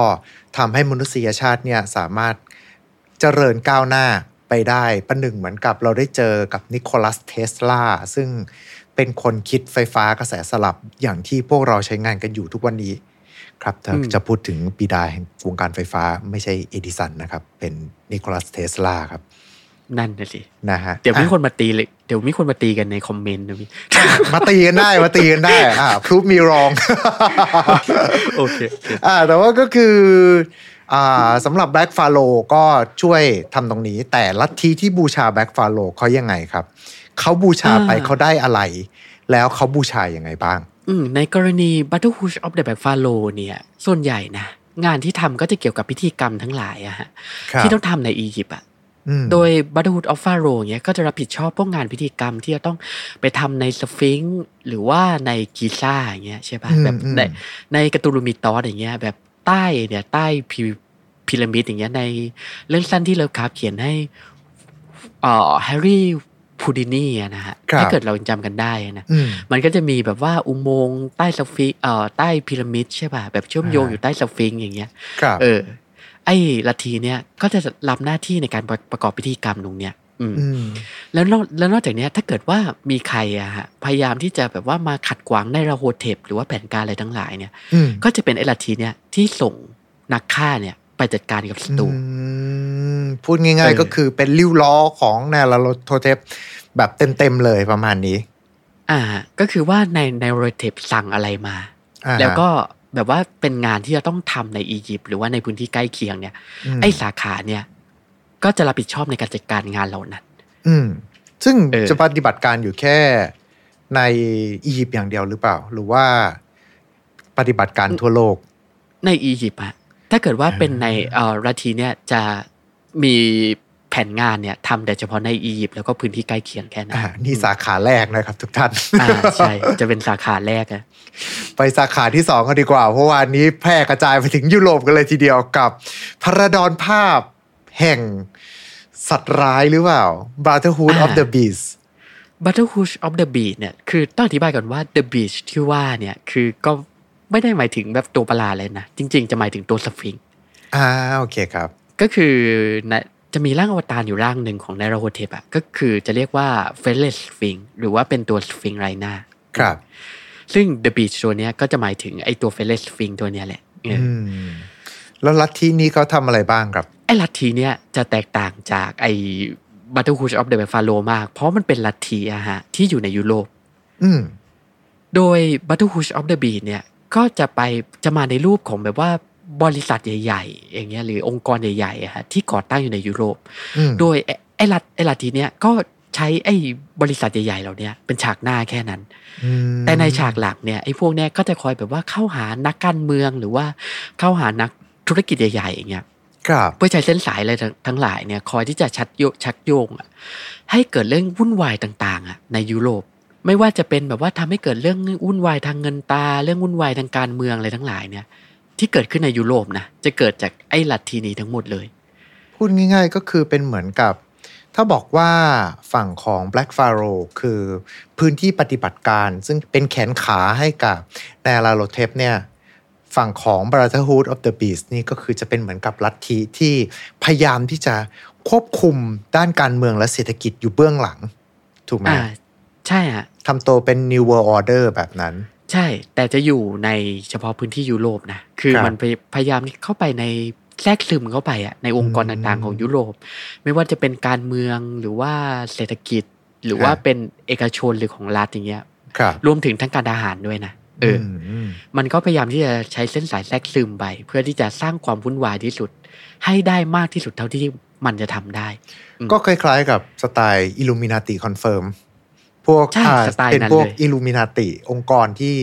Speaker 1: ทำให้มนุษยชาติเนี่ยสามารถเจริญก้าวหน้าไปได้ประหนึ่งเหมือนกับเราได้เจอกับนิโคลัสเทสลาซึ่งเป็นคนคิดไฟฟ้ากระแสสลับอย่างที่พวกเราใช้งานกันอยู่ทุกวันนี้ ครับถ้า
Speaker 3: อืม
Speaker 1: จะพูดถึงบิดาแห่งวงการไฟฟ้าไม่ใช่เอดิสันนะครับ เป็นนิโคลัสเทสลาครับ
Speaker 3: นั่นน่ะสิ
Speaker 1: นะฮะ
Speaker 3: เดี๋ยวมี
Speaker 1: อ่ะ
Speaker 3: คนมาตีเลยเดี๋ยวมีคนมาตีกันในคอมเมนต์นะพี่
Speaker 1: มาตีกันได้ มาตีกันได้ อ่าพรูฟมีรอง
Speaker 3: โอเคโอเค
Speaker 1: อ่าแต่ว่าก็คืออ่าสำหรับแบล็กฟาโลก็ช่วยทำตรงนี้ แต่ลัทธิที่บูชาแบล็กฟาโลเขายังไงครับ เขาบูชาไป
Speaker 3: อ่า
Speaker 1: เขาได้อะไร แล้วเขาบูชายังไงบ้าง
Speaker 3: อืมในกรณี Battle Hush of the Black Pharaoh เนี่ย ส่วนใหญ่นะ งานที่ทำก็จะเกี่ยวกับพิธีกรรมทั้งหลายอะฮะ
Speaker 1: ครับ
Speaker 3: ที่ต้องทำในอียิปต์อะ
Speaker 1: อืม
Speaker 3: โดย Brotherhood of Pharaoh เนี่ยก็จะรับผิดชอบพวกงานพิธีกรรมที่จะต้องไปทำในสฟิงค์หรือว่าในกีซ่าอย่างเงี้ยใช่ป่ะ
Speaker 1: อืม
Speaker 3: แบบ
Speaker 1: อืม
Speaker 3: ในในกระตูลูมิตอสอย่างเงี้ยแบบใต้เนี่ยใต้พีพีระมิดอย่างเงี้ยในเรื่องสั้นที่เลิฟคราฟต์เขียนให้เอ่อแฮร์รี่พูดินีอะนะฮะ
Speaker 1: ครับ
Speaker 3: ถ้าเกิดเราจำกันได้นะ
Speaker 1: อืม
Speaker 3: มันก็จะมีแบบว่าอุโมงค์ใต้สฟิงค์เอ่อใต้พีระมิดใช่ป่ะแบบเชื่อมโยง
Speaker 1: อ่า
Speaker 3: อยู่ใต้สฟิงค์อย่างเงี้ย
Speaker 1: ครับ
Speaker 3: เออ ไอ้ลัทธิเนี่ยก็จะรับหน้าที่ในการประประกอบพิธีกรรมตรงเนี้ยอืม
Speaker 1: ม
Speaker 3: แล้วนอกแล้วนอกจากเนี้ยถ้าเกิดว่ามีใครอะฮะพยายามที่จะแบบว่ามาขัดขวางในราโฮเทปหรือว่าแผนการอะไรทั้งหลายเนี่ย
Speaker 1: อืม
Speaker 3: ก็จะเป็นไอ้ลัทธิเนี่ยที่ส่งนักฆ่าเนี่ยไปจัดการกับศัตรู
Speaker 1: อืมพูดง่าย
Speaker 3: เออ
Speaker 1: ๆก็คือเป็นริ้วล้อของแนวลาโลโทเทปแบบเต็มๆเลยประมาณนี้
Speaker 3: อ่า ก็คือว่าในในราโฮเทปสั่งอะไรมา
Speaker 1: อ่าฮะ
Speaker 3: แล้วก็แบบว่าเป็นงานที่จะต้องทำในอียิปต์หรือว่าในพื้นที่ใกล้เคียงเนี่ย
Speaker 1: ม
Speaker 3: ไอ้สาขาเนี่ยก็จะรับผิดชอบในการจัดการงานเหล่านั้น
Speaker 1: อืม ซึ่ง
Speaker 3: เออ
Speaker 1: จะปฏิบัติการอยู่แค่ในอียิปต์อย่างเดียวหรือเปล่า หรือว่าปฏิบัติการทั่วโลก
Speaker 3: ในอียิปต์อะถ้าเกิดว่าเป็นในเอ่อรัฐทีเนี่ยจะมีแผนงานเนี่ยทำแต่เฉพาะในอียิปต์แล้วก็พื้นที่ใกล้เคียงแค่นั้น
Speaker 1: อ่า นี่สาขาแรกนะครับ ทุกท่าน
Speaker 3: อ่า ใช่ จะเป็นสาขาแรกอะ
Speaker 1: ไปสาขาที่สองกันดีกว่า เพราะวาอันนี้แพร่กระจายไปถึงยุโรปกันเลยทีเดียวกับพระดอนภาพแห่งสัตว์ร้ายหรือเปล่า Brotherhood of the Beast
Speaker 3: บัตเตอร์ฮูชออฟเดอะบีชเนี่ยคือต้องอธิบายก่อนว่าเดอะบีชที่ว่าเนี่ยคือก็ไม่ได้หมายถึงแบบตัวประหลาดเลยนะ จริง ๆ จะหมายถึงตัวสฟิงค์
Speaker 1: อ่าโอเคครับ
Speaker 3: ก็คือนะจะมีร่างอวตารอยู่ร่างหนึ่งของไนโรโฮเทปอะก็คือจะเรียกว่าเฟลเลสฟิงหรือว่าเป็นตัวสฟิงค์ไรหน้า
Speaker 1: ครับ
Speaker 3: ซึ่ง The Beach ตัวเนี้ยก็จะหมายถึงไอตัวเฟลเลสฟิงตัวเนี้ยแหละเออ
Speaker 1: อืม แล้วลัทธินี้เขาทำอะไรบ้างครับ
Speaker 3: ไอลัทธิเนี้ยจะแตกต่างจากไอ Battlehood of the b a f f a l o มาก เพราะมันเป็นลัทธิอะฮะที่อยู่ในยุโรป
Speaker 1: อืม
Speaker 3: โดย Battlehood of the Beach เนี่ยก็จะไปจะมาในรูปของแบบว่าบริษัทใหญ่ ๆ อย่างเงี้ยหรือองค์กรใหญ่ๆอะฮะที่ก่อตั้งอยู่ในยุโรป
Speaker 1: อืม
Speaker 3: โดยไอ้ไอลัทไอลัทธิเนี้ยก็ใช้ไอบริษัทใหญ่ๆเหล่าเนี้ยเป็นฉากหน้าแค่นั้น
Speaker 1: อืม
Speaker 3: แต่ในฉากหลักเนี่ยไอ้พวกเนี่ยก็จะคอยแบบว่าเข้าหานักการเมืองหรือว่าเข้าหานักธุรกิจใหญ่ๆอย่างเงี้ย
Speaker 1: ครับ
Speaker 3: เพื่อใช้เส้นสายอะไรทั้งหลายเนี่ยคอยที่จะชัดโยชักโยงอะให้เกิดเรื่องวุ่นวายต่างๆอะในยุโรป ไม่ว่าจะเป็นแบบว่าทำให้เกิดเรื่องวุ่นวายทางเงินตา เรื่องวุ่นวายทางการเมืองอะไรทั้งหลายเนี่ย ที่เกิดขึ้นในยุโรปนะจะเกิดจากไอ้ลัทธินี้ทั้งหมดเลย
Speaker 1: พูดง่ายๆก็คือเป็นเหมือนกับ ถ้าบอกว่าฝั่งของ Black p h a r o คือพื้นที่ปฏิบัติการ ซึ่งเป็นแขนขาให้กับแนลาโลเทปเนี่ย ฝั่งของ Brotherhood of the Beast นี่ก็คือจะเป็นเหมือนกับลัทธิที่พยายามที่จะควบคุมด้านการเมืองและเศรษฐกิจอยู่เบื้องหลัง ถูกไหม
Speaker 3: อ่า ใช่ฮะ
Speaker 1: ทำตัวเป็น New World Order แบบนั้น
Speaker 3: ใช่ แต่จะอยู่ในเฉพาะพื้นที่ยุโรปนะคือ
Speaker 1: ครับ
Speaker 3: มันไปพยายามเข้าไปในแทรกซึมเข้าไปอะในองค์กรต่างๆของยุโรป ไม่ว่าจะเป็นการเมืองหรือว่าเศรษฐกิจ หรือว่าเป็นเอกชนหรือของรัฐอย่างเงี้ย
Speaker 1: ครับ
Speaker 3: รวมถึงทั้งการทหารด้วยนะเอออ
Speaker 1: ม
Speaker 3: มันก็พยายามที่จะใช้เส้นสายแทรกซึมไปเพื่อที่จะสร้างความวุ่นวายที่สุด ให้ได้มากที่สุดเท่าที่มันจะทำได้
Speaker 1: ก็คล้ายๆกับสไตล์ Illuminati Confirm พ วก
Speaker 3: ใช่
Speaker 1: อ่า
Speaker 3: สไตล์
Speaker 1: เป็น
Speaker 3: นั้น
Speaker 1: พวก
Speaker 3: เลย
Speaker 1: อิลูมินาติองค์กรที่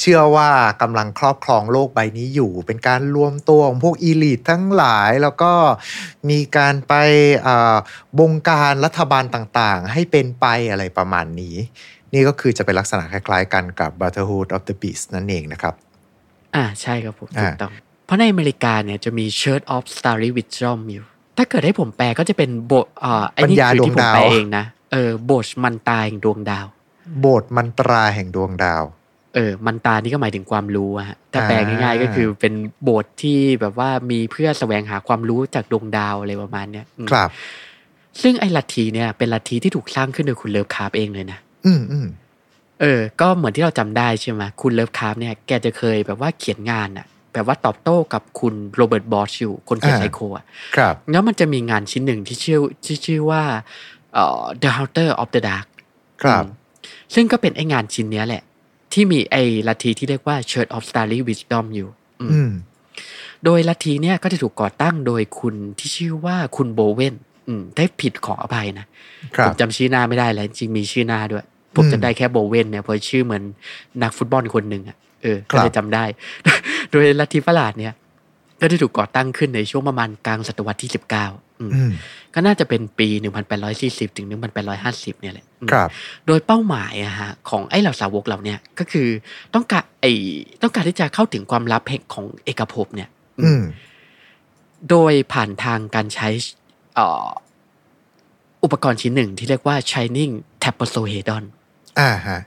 Speaker 1: เชื่อว่ากำลังครอบครองโลกใบนี้อยู่ เป็นการรวมตัวของพวกอีลิททั้งหลายแล้วก็มีการไปอ่าบงการรัฐบาลต่างๆ ให้เป็นไปอะไรประมาณนี้ นี่ก็คือจะเป็นลักษณะคล้ายๆกันกับ Brotherhood of the Beast นั่นเองนะครับ
Speaker 3: อ่าใช่ครับผม
Speaker 1: อ่า
Speaker 3: ถูกต้อง เพราะในอเมริกาเนี่ยจะมี Shirt of Starry Wisdom อยู่ ถ้าเกิดให้ผมแปลก็จะเป็นโบอ่าไอ้นี่คือที่ผมแปลเองนะเออโบชมันตาแห่งดวงดาว
Speaker 1: โบสถ์มันตราแห่งดวงดาว
Speaker 3: เออ มันตานี่ก็หมายถึงความรู้อะฮะถ้าแปล
Speaker 1: อ่า
Speaker 3: ง่ายๆก็คือเป็นโบสถ์ที่แบบว่ามีเพื่อแสวงหาความรู้จากดวงดาวอะไรประมาณเนี้ยอืม
Speaker 1: ครับ
Speaker 3: ซึ่งไอ้ลัทธิเนี่ยเป็นลัทธิที่ถูกสร้างขึ้นโดยคุณเลิฟคาร์ฟเองเลยนะ
Speaker 1: อืมอืม
Speaker 3: เออ ก็เหมือนที่เราจำได้ใช่ไหมคุณเลิฟคาร์ฟเนี่ย แกจะเคยแบบว่าเขียนงานอะแบบว่าตอบโต้กับคุณโรเบิร์ตบอชอยู่ คนเขียนไซโคอะ
Speaker 1: ครับ
Speaker 3: แล้วมันจะมีงานชิ้นหนึ่งที่ชื่อที่ชื่อว่าเอ่อ The Hunter of the Dark
Speaker 1: ครับ
Speaker 3: อืมซึ่งก็เป็นไองานชิ้นเนี้ยแหละ ที่มีไอลัทธิที่เรียกว่า Church of Starry Wisdom อยู่อืม
Speaker 1: อืม
Speaker 3: โดยลัทธิเนี่ยก็จะถูกก่อตั้งโดยคุณที่ชื่อว่าคุณโบเวนอืมได้ผิดขออภัยนะ
Speaker 1: ครั
Speaker 3: ผ
Speaker 1: บ
Speaker 3: มจำชื่อหน้าไม่ได้แล้วจริงๆมีชื่อหน้าด้วย ผมจำได้แค่โบเวนเนี่ยเพราะชื่อเหมือนนักฟุตบอลคนหนึ่งอ่ะเออ
Speaker 1: ครั
Speaker 3: ก็
Speaker 1: บ
Speaker 3: เลยจำได้ โดยลัทธิประหลาดเนี่ย ก็ได้ถูกก่อตั้งขึ้นในช่วงประมาณกลางศตวรรษที่สิบเก้า
Speaker 1: อืม
Speaker 3: ก็น่าจะเป็นปีหนึ่งพันแปดร้อยสี่สิบถึงหนึ่งพันแปดร้อยห้าสิบเนี่ยแหละอืม
Speaker 1: ครับ
Speaker 3: โดยเป้าหมายอะฮะของไอ้เหล่าสาวกเหล่าเนี่ยก็คือต้องการไอต้องการที่จะเข้าถึงความลับแห่งของเอกภพเนี่ย
Speaker 1: อืม
Speaker 3: โดยผ่านทางการใช้เอ่ออุปกรณ์ชิ้นหนึ่งที่เรียกว่า Shining t a p o s o h e d o n
Speaker 1: อ่าฮะ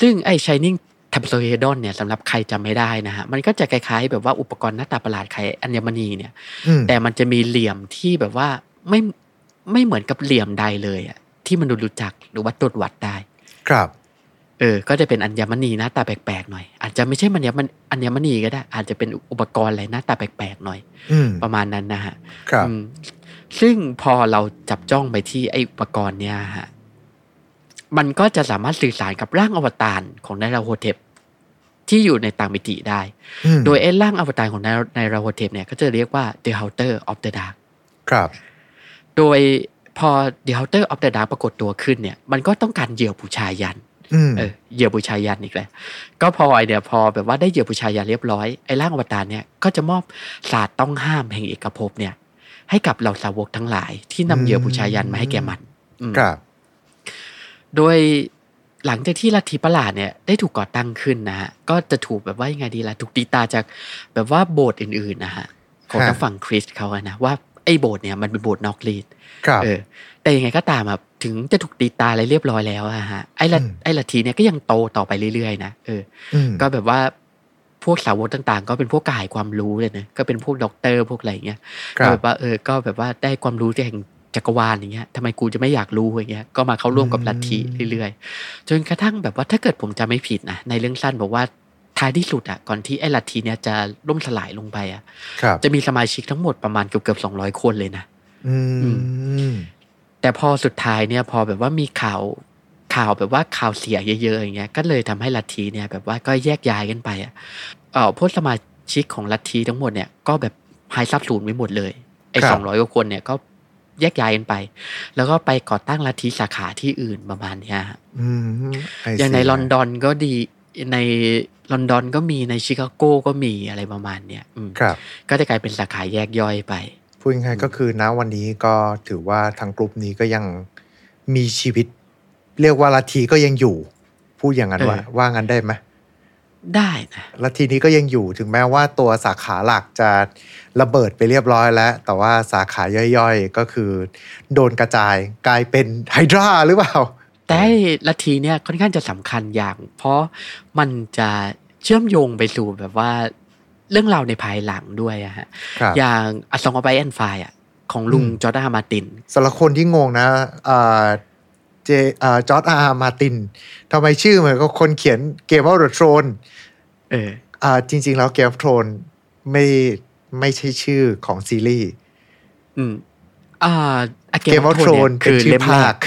Speaker 3: ซึ่งไอ้ Shining t a p o s o h e d o n เนี่ยสำหรับใครจำไม่ได้นะฮะมันก็จะคล้ายๆ แบบว่าอุปกรณ์หน้าตาประหลาดไข่อัญมณีเนี่ย
Speaker 1: อืม
Speaker 3: แต่มันจะมีเหลี่ยมที่แบบว่าไม่ไม่เหมือนกับเหลี่ยมใดเลยอะที่มนุษย์รู้จักหรือว่าตรวจวัดได้
Speaker 1: ครับ
Speaker 3: เออ ก็จะเป็นอัญมณีหน้าตาแปลกๆหน่อย อาจจะไม่ใช่มันญมันอัญมณีก็ได้ อาจจะเป็นอุปกรณ์อะไรหน้าตาแปลกๆหน่อย
Speaker 1: อืม
Speaker 3: ประมาณนั้นนะฮะ
Speaker 1: ครับ
Speaker 3: อืมซึ่งพอเราจับจ้องไปที่ไออุปกรณ์เนี่ยฮะ มันก็จะสามารถสื่อสารกับร่างอวตารของไนายราโฮเทปที่อยู่ในต่างมิติได้
Speaker 1: อืม
Speaker 3: โดยไอร่างอวตารของไนายไนายราโฮเทปเนี่ยก็จะเรียกว่า The Hunter of the Dark
Speaker 1: ครับ
Speaker 3: โดยพอ The Hunter of the Dark ปรากฏตัวขึ้นเนี่ย มันก็ต้องการเหยื่อบูชายัน
Speaker 1: อืม
Speaker 3: เออเหยื่อบูชายันอีกแล้วก็พลอยเนี่ยพอแบบว่าได้เหยื่อบูชายันเรียบร้อยไอ้ร่างอวตารเนี่ยก็จะมอบศาสตร์ต้องห้ามแห่งเอกภพเนี่ย ให้กับเหล่าสาวกทั้งหลายที่นำเหยื่อบูชายันมาให้แก่มันอืม
Speaker 1: ครับ
Speaker 3: โดยหลังจากที่ลัทธิประหลาดเนี่ยได้ถูกก่อตั้งขึ้นนะฮะก็จะถูกแบบว่ายังไงดีล่ะถูกตีตาจากแบบว่าโบสถ์อื่นๆนะฮะของทางฝั่งคริสต์เขาอะนะว่าไอ้โบสถ์เนี่ยมันเป็นโบสถ์นอกรีด
Speaker 1: ครับ
Speaker 3: เออแต่ยังไงก็ตามอะถึงจะถูกตีตาอะไรเรียบร้อยแล้วอะฮะไอ้ละ
Speaker 1: อืม
Speaker 3: ไอ้ลัทธิเนี่ยก็ยังโตต่อไปเรื่อยๆนะเออ
Speaker 1: อืม
Speaker 3: ก็แบบว่าพวกสาวกต่างๆ ก็เป็นพวกกายความรู้เลยนะก็เป็นพวกด็อกเตอร์พวกอะไรอย่างเงี้ย
Speaker 1: ค
Speaker 3: ก็
Speaker 1: รั
Speaker 3: แบบ บว่าเออก็แบบว่าได้ความรู้จากแห่งจักรวาลอย่างเงี้ยทำไมกูจะไม่อยากรู้อย่างเงี้ยก็มาเข้าร่วมกับ
Speaker 1: อืม
Speaker 3: ลัทธิเรื่อยๆ จนกระทั่งแบบว่าถ้าเกิดผมจำไม่ผิดนะในเรื่องสั้นบอกว่าท้ายที่สุดอะก่อนที่ไอ้ลัทธิเนี่ยจะล่มสลายลงไปอะ
Speaker 1: ครับ
Speaker 3: จะมีสมาชิกทั้งหมดประมาณเกือบเกือบสองร้อยคนเลยนะ
Speaker 1: อืม
Speaker 3: แต่พอสุดท้ายเนี่ยพอแบบว่ามีข่าวข่าวแบบว่าข่าวเสียเยอะๆอย่างเงี้ยก็เลยทำให้ลัทธิเนี่ยแบบว่าก็แยกย้ายกันไปอ่ะเอ่อพวกสมาชิกของลัทธิทั้งหมดเนี่ยก็แบบหายทรัพย์สูญไปหมดเลยไอ้
Speaker 1: ครั
Speaker 3: ส
Speaker 1: บ
Speaker 3: องร้อยกว่าคนเนี่ยก็แยกย้ายกันไป แล้วก็ไปก่อตั้งลัทธิสาขาที่อื่นประมาณเนี้ยฮะ
Speaker 1: อืม I
Speaker 3: อย่าง
Speaker 1: see
Speaker 3: ในลอนดอนก็ดีในลอนดอนก็มีในชิคาโกก็มีอะไรประมาณเนี้ยอืม
Speaker 1: ครับ
Speaker 3: ก็จะกลายเป็นสาขาแยกย่อยไป
Speaker 1: พูดง่ายๆก็คือนะวันนี้ก็ถือว่าทางกลุ่มนี้ก็ยังมีชีวิต เรียกว่าลัทธิก็ยังอยู่ พูดอย่างนั้น
Speaker 3: เออ
Speaker 1: ว่า ว่างั้นได้ไหม
Speaker 3: ได้นะ
Speaker 1: ลัทธินี้ก็ยังอยู่ถึงแม้ว่าตัวสาขาหลักจะระเบิดไปเรียบร้อยแล้ว แต่ว่าสาขาย่อยๆ ก็คือ โดนกระจายกลายเป็นไฮดราหรือเปล่า
Speaker 3: แต่ไอ้ลัทธิเนี่ยค่อนข้างจะสำคัญอย่าง เพราะมันจะเชื่อมโยงไปสู่แบบว่าเรื่องราวในภายหลังด้วยอะฮะ
Speaker 1: ครับ
Speaker 3: อย่างอสองอไปแอนไฟอะของลุง
Speaker 1: อืม
Speaker 3: จอร์ดามาร์ติน
Speaker 1: สำหรับคนที่งงนะเอ่อเจเอ่อจอร์ดอาร์มาตินทำไมชื่อเหมือนกับคนเขียนเกม e อ f t เดอะโทรน
Speaker 3: เออ
Speaker 1: อ่าจริง ๆ แล้วเกม e อ f t เดอะโทรนไม่ไม่ใช่ชื่อของซีรีส์
Speaker 3: อืมอ่า
Speaker 1: เกม e อ f t เดอะโทรนเป็นชื่อ
Speaker 3: เล่มแร
Speaker 1: ภาก ค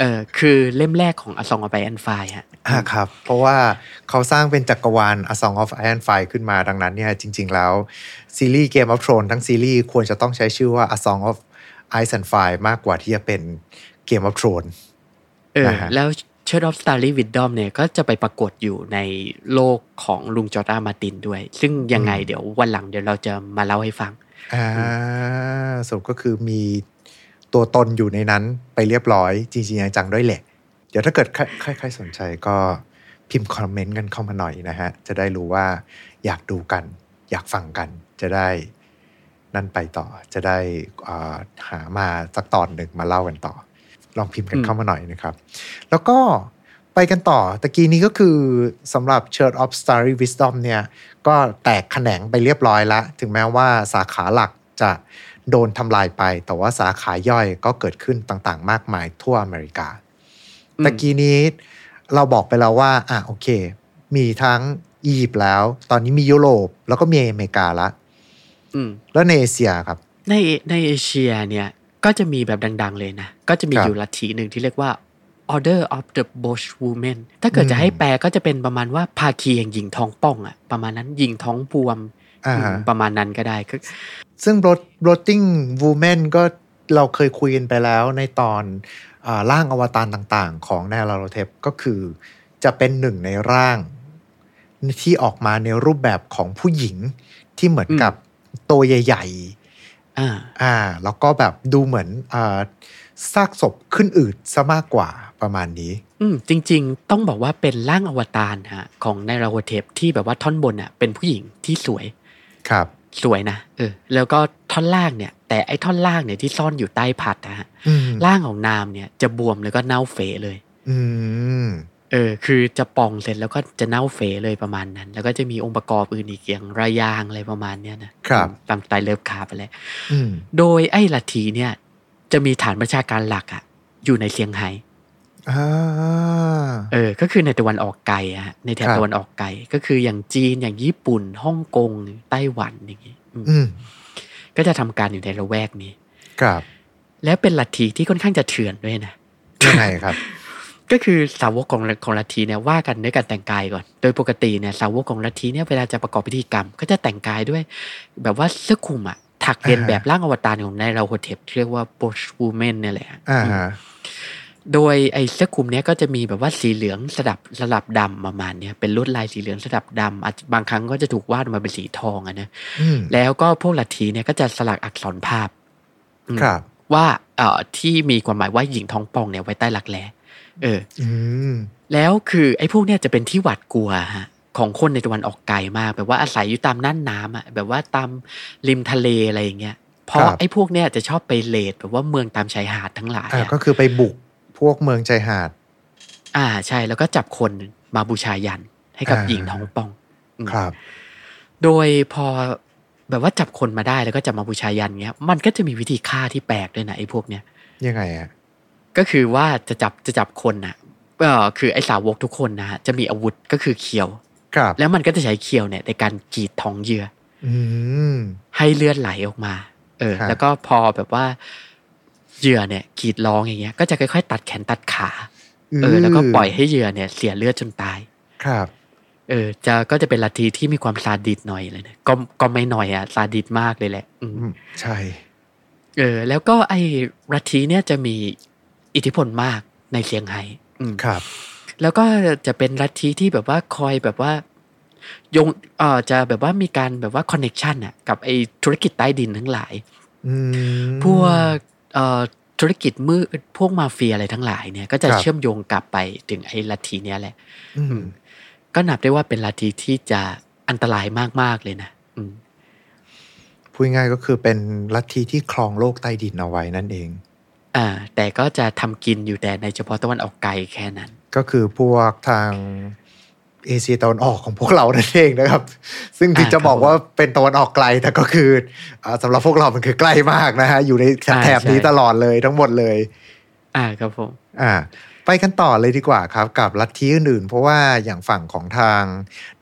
Speaker 3: เออคือเล่มแรกของอสองอไปแอนไฟฮะ
Speaker 1: อ่าครับ เพราะว่าเขาสร้างเป็นจักรวาล A Song of Iron Fire ขึ้นมาดังนั้นเนี่ยจริง ๆ แล้วซีรีส์เกม e อ f t เดอะโทรนทั้งซีรีส์ควรจะต้องใช้ชื่อว่า A Song of Ice and Fire มากกว่าที่จะเป็นเกม e อ f t เดอะโทรน
Speaker 3: เออ
Speaker 1: นะฮะ
Speaker 3: แล้ว Church of Starry Wisdom เนี่ยก็จะไปปรากฏอยู่ในโลกของลุงจอร์ดอามาร์ตินด้วย ซึ่งยังไงเดี๋ยววันหลังเดี๋ยวเราจะมาเล่าให้ฟัง
Speaker 1: อ่าสรุปก็คือมีตัวตนอยู่ในนั้นไปเรียบร้อยจริงๆจังๆด้วยแหละ เดี๋ยวถ้าเกิดใครใครใครสนใจก็พิมพ์คอมเมนต์กันเข้ามาหน่อยนะฮะ จะได้รู้ว่าอยากดูกัน อยากฟังกัน จะได้นั่นไปต่อ จะได้อ่าหามาสักตอนหนึ่งมาเล่ากันต่อ ลองพิมพ์กัน
Speaker 3: อืม
Speaker 1: เข้ามาหน่อยนะครับ แล้วก็ไปกันต่อตะกี้นี้ก็คือสำหรับ Church of Starry Wisdom เนี่ย ก็แตกแขนงไปเรียบร้อยละ ถึงแม้ว่าสาขาหลักจะโดนทำลายไป แต่ว่าสาขาย่อยก็เกิดขึ้นต่างๆ มากมายทั่วอเมริกา
Speaker 3: อืม
Speaker 1: ตะกี้นี้เราบอกไปแล้วว่า อ่ะโอเค มีทั้งอียิปต์แล้ว ตอนนี้มียุโรป แล้วก็มีอเมริกาละ
Speaker 3: อืม
Speaker 1: แล้วในเอเชียครับ
Speaker 3: ในในเอเชียเนี่ยก็จะมีแบบดังๆเลยนะ ก็จะมี
Speaker 1: ครับ
Speaker 3: อยู่ลัทธิหนึ่งที่เรียกว่า Order of the Bosch Woman ถ้าเกิด
Speaker 1: อืม
Speaker 3: จะให้แปลก็จะเป็นประมาณว่าภาคีแห่งหญิงท้องป่องอะประมาณนั้นหญิงท้องบวม
Speaker 1: อ่าฮะ
Speaker 3: อืมประมาณนั้นก็ได้ก็
Speaker 1: ซึ่ง Rot- rotting woman ก็เราเคยคุยกันไปแล้วในตอนอาร่างอวตารต่างๆ ของแนวลาโรเทปก็คือจะเป็นหนึ่งในร่าง ที่ออกมาในรูปแบบของผู้หญิงที่เหมือนกับตัวใหญ่
Speaker 3: อ่า
Speaker 1: ๆ อ่า แล้วก็แบบดูเหมือนอาซากศพขึ้นอืดซะมากกว่าประมาณนี้
Speaker 3: อืมจริงๆ ต้องบอกว่าเป็นร่างอวตารฮะของในราโวเทปที่แบบว่าท่อนบนอ่ะเป็นผู้หญิงที่สวย
Speaker 1: ครับ
Speaker 3: สวยนะเออแล้วก็ท่อนล่างเนี่ย แต่ไอ้ท่อนล่างเนี่ยที่ซ่อนอยู่ใต้ผัดนะฮะ
Speaker 1: อืม
Speaker 3: ร่างของนามเนี่ยจะบวมแล้วก็เน่าเฟะเลย
Speaker 1: อืม
Speaker 3: เออคือจะป่องเสร็จแล้วก็จะเน่าเฟะเลยประมาณนั้น แล้วก็จะมีองค์ประกอบอื่นอีกอย่างระยางอะไรประมาณเนี้ยนะครับ ตามสไตล์เลิฟคาร์ไปเลย
Speaker 1: อืม
Speaker 3: โดยไอ้ลัทธิเนี่ยจะมีฐานประชาการหลักอะอยู่ในเซี่ยงไฮ้
Speaker 1: อ่า
Speaker 3: เออ ก็คือในตะวันออกไกลอะฮะ ในแถบ
Speaker 1: ครับ
Speaker 3: ตะวันออกไกล ก็คืออย่างจีน อย่างญี่ปุ่น ฮ่องกง ไต้หวันอย่างงี้อืม
Speaker 1: อืม
Speaker 3: ก็จะทำการอยู่ในละแวกนี้
Speaker 1: ครับ
Speaker 3: และเป็นลัทธิที่ค่อนข้างจะเถื่อนด้วยนะ
Speaker 1: ยังไงครับ
Speaker 3: ก็คือสาวกของของลัทธิเนี่ยว่ากันด้วยการแต่งกายก่อน โดยปกติเนี่ยสาวกของลัทธิเนี่ยเวลาจะประกอบพิธีกรรม ก็จะแต่งกายด้วย แบบว่าเสื้อคลุมอะถักเรียน
Speaker 1: อ่าฮะ
Speaker 3: แบบร่างอวตารของนายราโฮเทปที่เรียกว่า Bush Woman เนี่ยแหละฮะ
Speaker 1: อ่าฮะ
Speaker 3: โดยไอ้เสื้อคลุมเนี้ยก็จะมีแบบว่าสีเหลืองสลับสลับดำประมาณเนี้ยเป็นลวดลายสีเหลืองสลับดำอาจบางครั้งก็จะถูกวาดออกมาเป็นสีทองอะนะ
Speaker 1: อืม
Speaker 3: แล้วก็พวกลัทธิเนี่ยก็จะสลักอักษรภาพอืม
Speaker 1: ครับ
Speaker 3: ว่าเอ่อที่มีความหมายว่าหญิงท้องป่องเนี่ยไว้ใต้หลักแร้เออ
Speaker 1: อืม
Speaker 3: แล้วคือไอ้พวกเนี่ยจะเป็นที่หวาดกลัวฮะของคนในตะวันออกไกลมากแบบว่าอาศัยอยู่ตามน่านน้ำอ่ะแบบว่าตามริมทะเลอะไรอย่างเงี้ยเพ
Speaker 1: ค
Speaker 3: ราะ
Speaker 1: รับ
Speaker 3: ไอ้พวกเนี่ยจะชอบไปเลดแบบว่าเมืองตามชายหาดทั้งหลาย
Speaker 1: อ่า
Speaker 3: อะ
Speaker 1: ก็คือไปบุกพวกเมืองชายหาด
Speaker 3: อ่าใช่แล้วก็จับคนมาบูชายันให้กับ
Speaker 1: อ่า
Speaker 3: หญิงท้องป่องอืม
Speaker 1: ครับ
Speaker 3: โดยพอแบบว่าจับคนมาได้แล้วก็จะมาบูชายันเงี้ย มันก็จะมีวิธีฆ่าที่แปลกด้วยนะไอ้พวกเนี้ย
Speaker 1: ยังไงอ่ะ
Speaker 3: ก็คือว่าจะจับจะจับคนนะเออคือไอ้สาวกทุกคนนะฮะจะมีอาวุธก็คือเขียว
Speaker 1: ครับ
Speaker 3: แล้วมันก็จะใช้เขียวเนี่ยในการกรีดท้องเหยื่อ
Speaker 1: อืม
Speaker 3: ให้เลือดไหลออกมา เออ
Speaker 1: ครับ
Speaker 3: แล้วก็พอแบบว่าเหยื่อเนี่ยกรีดร้องอย่างเงี้ย ก็จะค่อยๆ ตัดแขนตัดขา เออ แล้วก็ปล่อยให้เหยื่อเนี่ย เสียเลือดจนตาย
Speaker 1: ครับ
Speaker 3: เออจะก็จะเป็นลัทธิที่มีความซาดิสหน่อยเลยนะก็ก็ไม่หน่อยอะซาดิสมากเลยแหละอืม
Speaker 1: อืม ใช่
Speaker 3: เออ แล้วก็ไอ้ลัทธิเนี่ยจะมีอิทธิพลมากในเซี่ยงไฮ้อืม
Speaker 1: ครับ
Speaker 3: แล้วก็จะเป็นลัทธิที่แบบว่าคอยแบบว่ายงเออจะแบบว่ามีการแบบว่าคอนเน็ชันอะกับไอ้ธุรกิจใต้ดินทั้งหลาย
Speaker 1: อืม
Speaker 3: พวกเอ่อธุรกิจมืดพวกมาเฟียอะไรทั้งหลายเนี่ย ก็จะ
Speaker 1: ครับ
Speaker 3: เชื่อมโยงกลับไปถึงไอ้ลัทธิเนี้ยแหละ
Speaker 1: อืม
Speaker 3: ก็นับได้ว่าเป็นลัทธิที่จะอันตรายมากๆเลยนะอืม
Speaker 1: พูดง่ายก็คือเป็นลัทธิที่ครองโลกใต้ดินเอาไว้นั่นเอง
Speaker 3: อ่าแต่ก็จะทำกินอยู่แต่ในเฉพาะตะวันออกไกลแค่นั้น
Speaker 1: ก็คือพวกทางเอเชียตะวันออกของพวกเรานั่นเองนะครับ ซึ่งถึง
Speaker 3: อ่า
Speaker 1: จะบอก
Speaker 3: ครับผม
Speaker 1: ว่าเป็นตะวันออกไกล แต่ก็คืออ่าสำหรับพวกเรา มันคือใกล้มากนะฮะ อยู่ใน
Speaker 3: ใช่
Speaker 1: แถบนี้
Speaker 3: ใช่
Speaker 1: ตลอดเลยทั้งหมดเลย
Speaker 3: อ่าครับผม
Speaker 1: อ่าไปกันต่อเลยดีกว่าครับ กับลัทธิอื่นๆ เพราะว่าอย่างฝั่งของทาง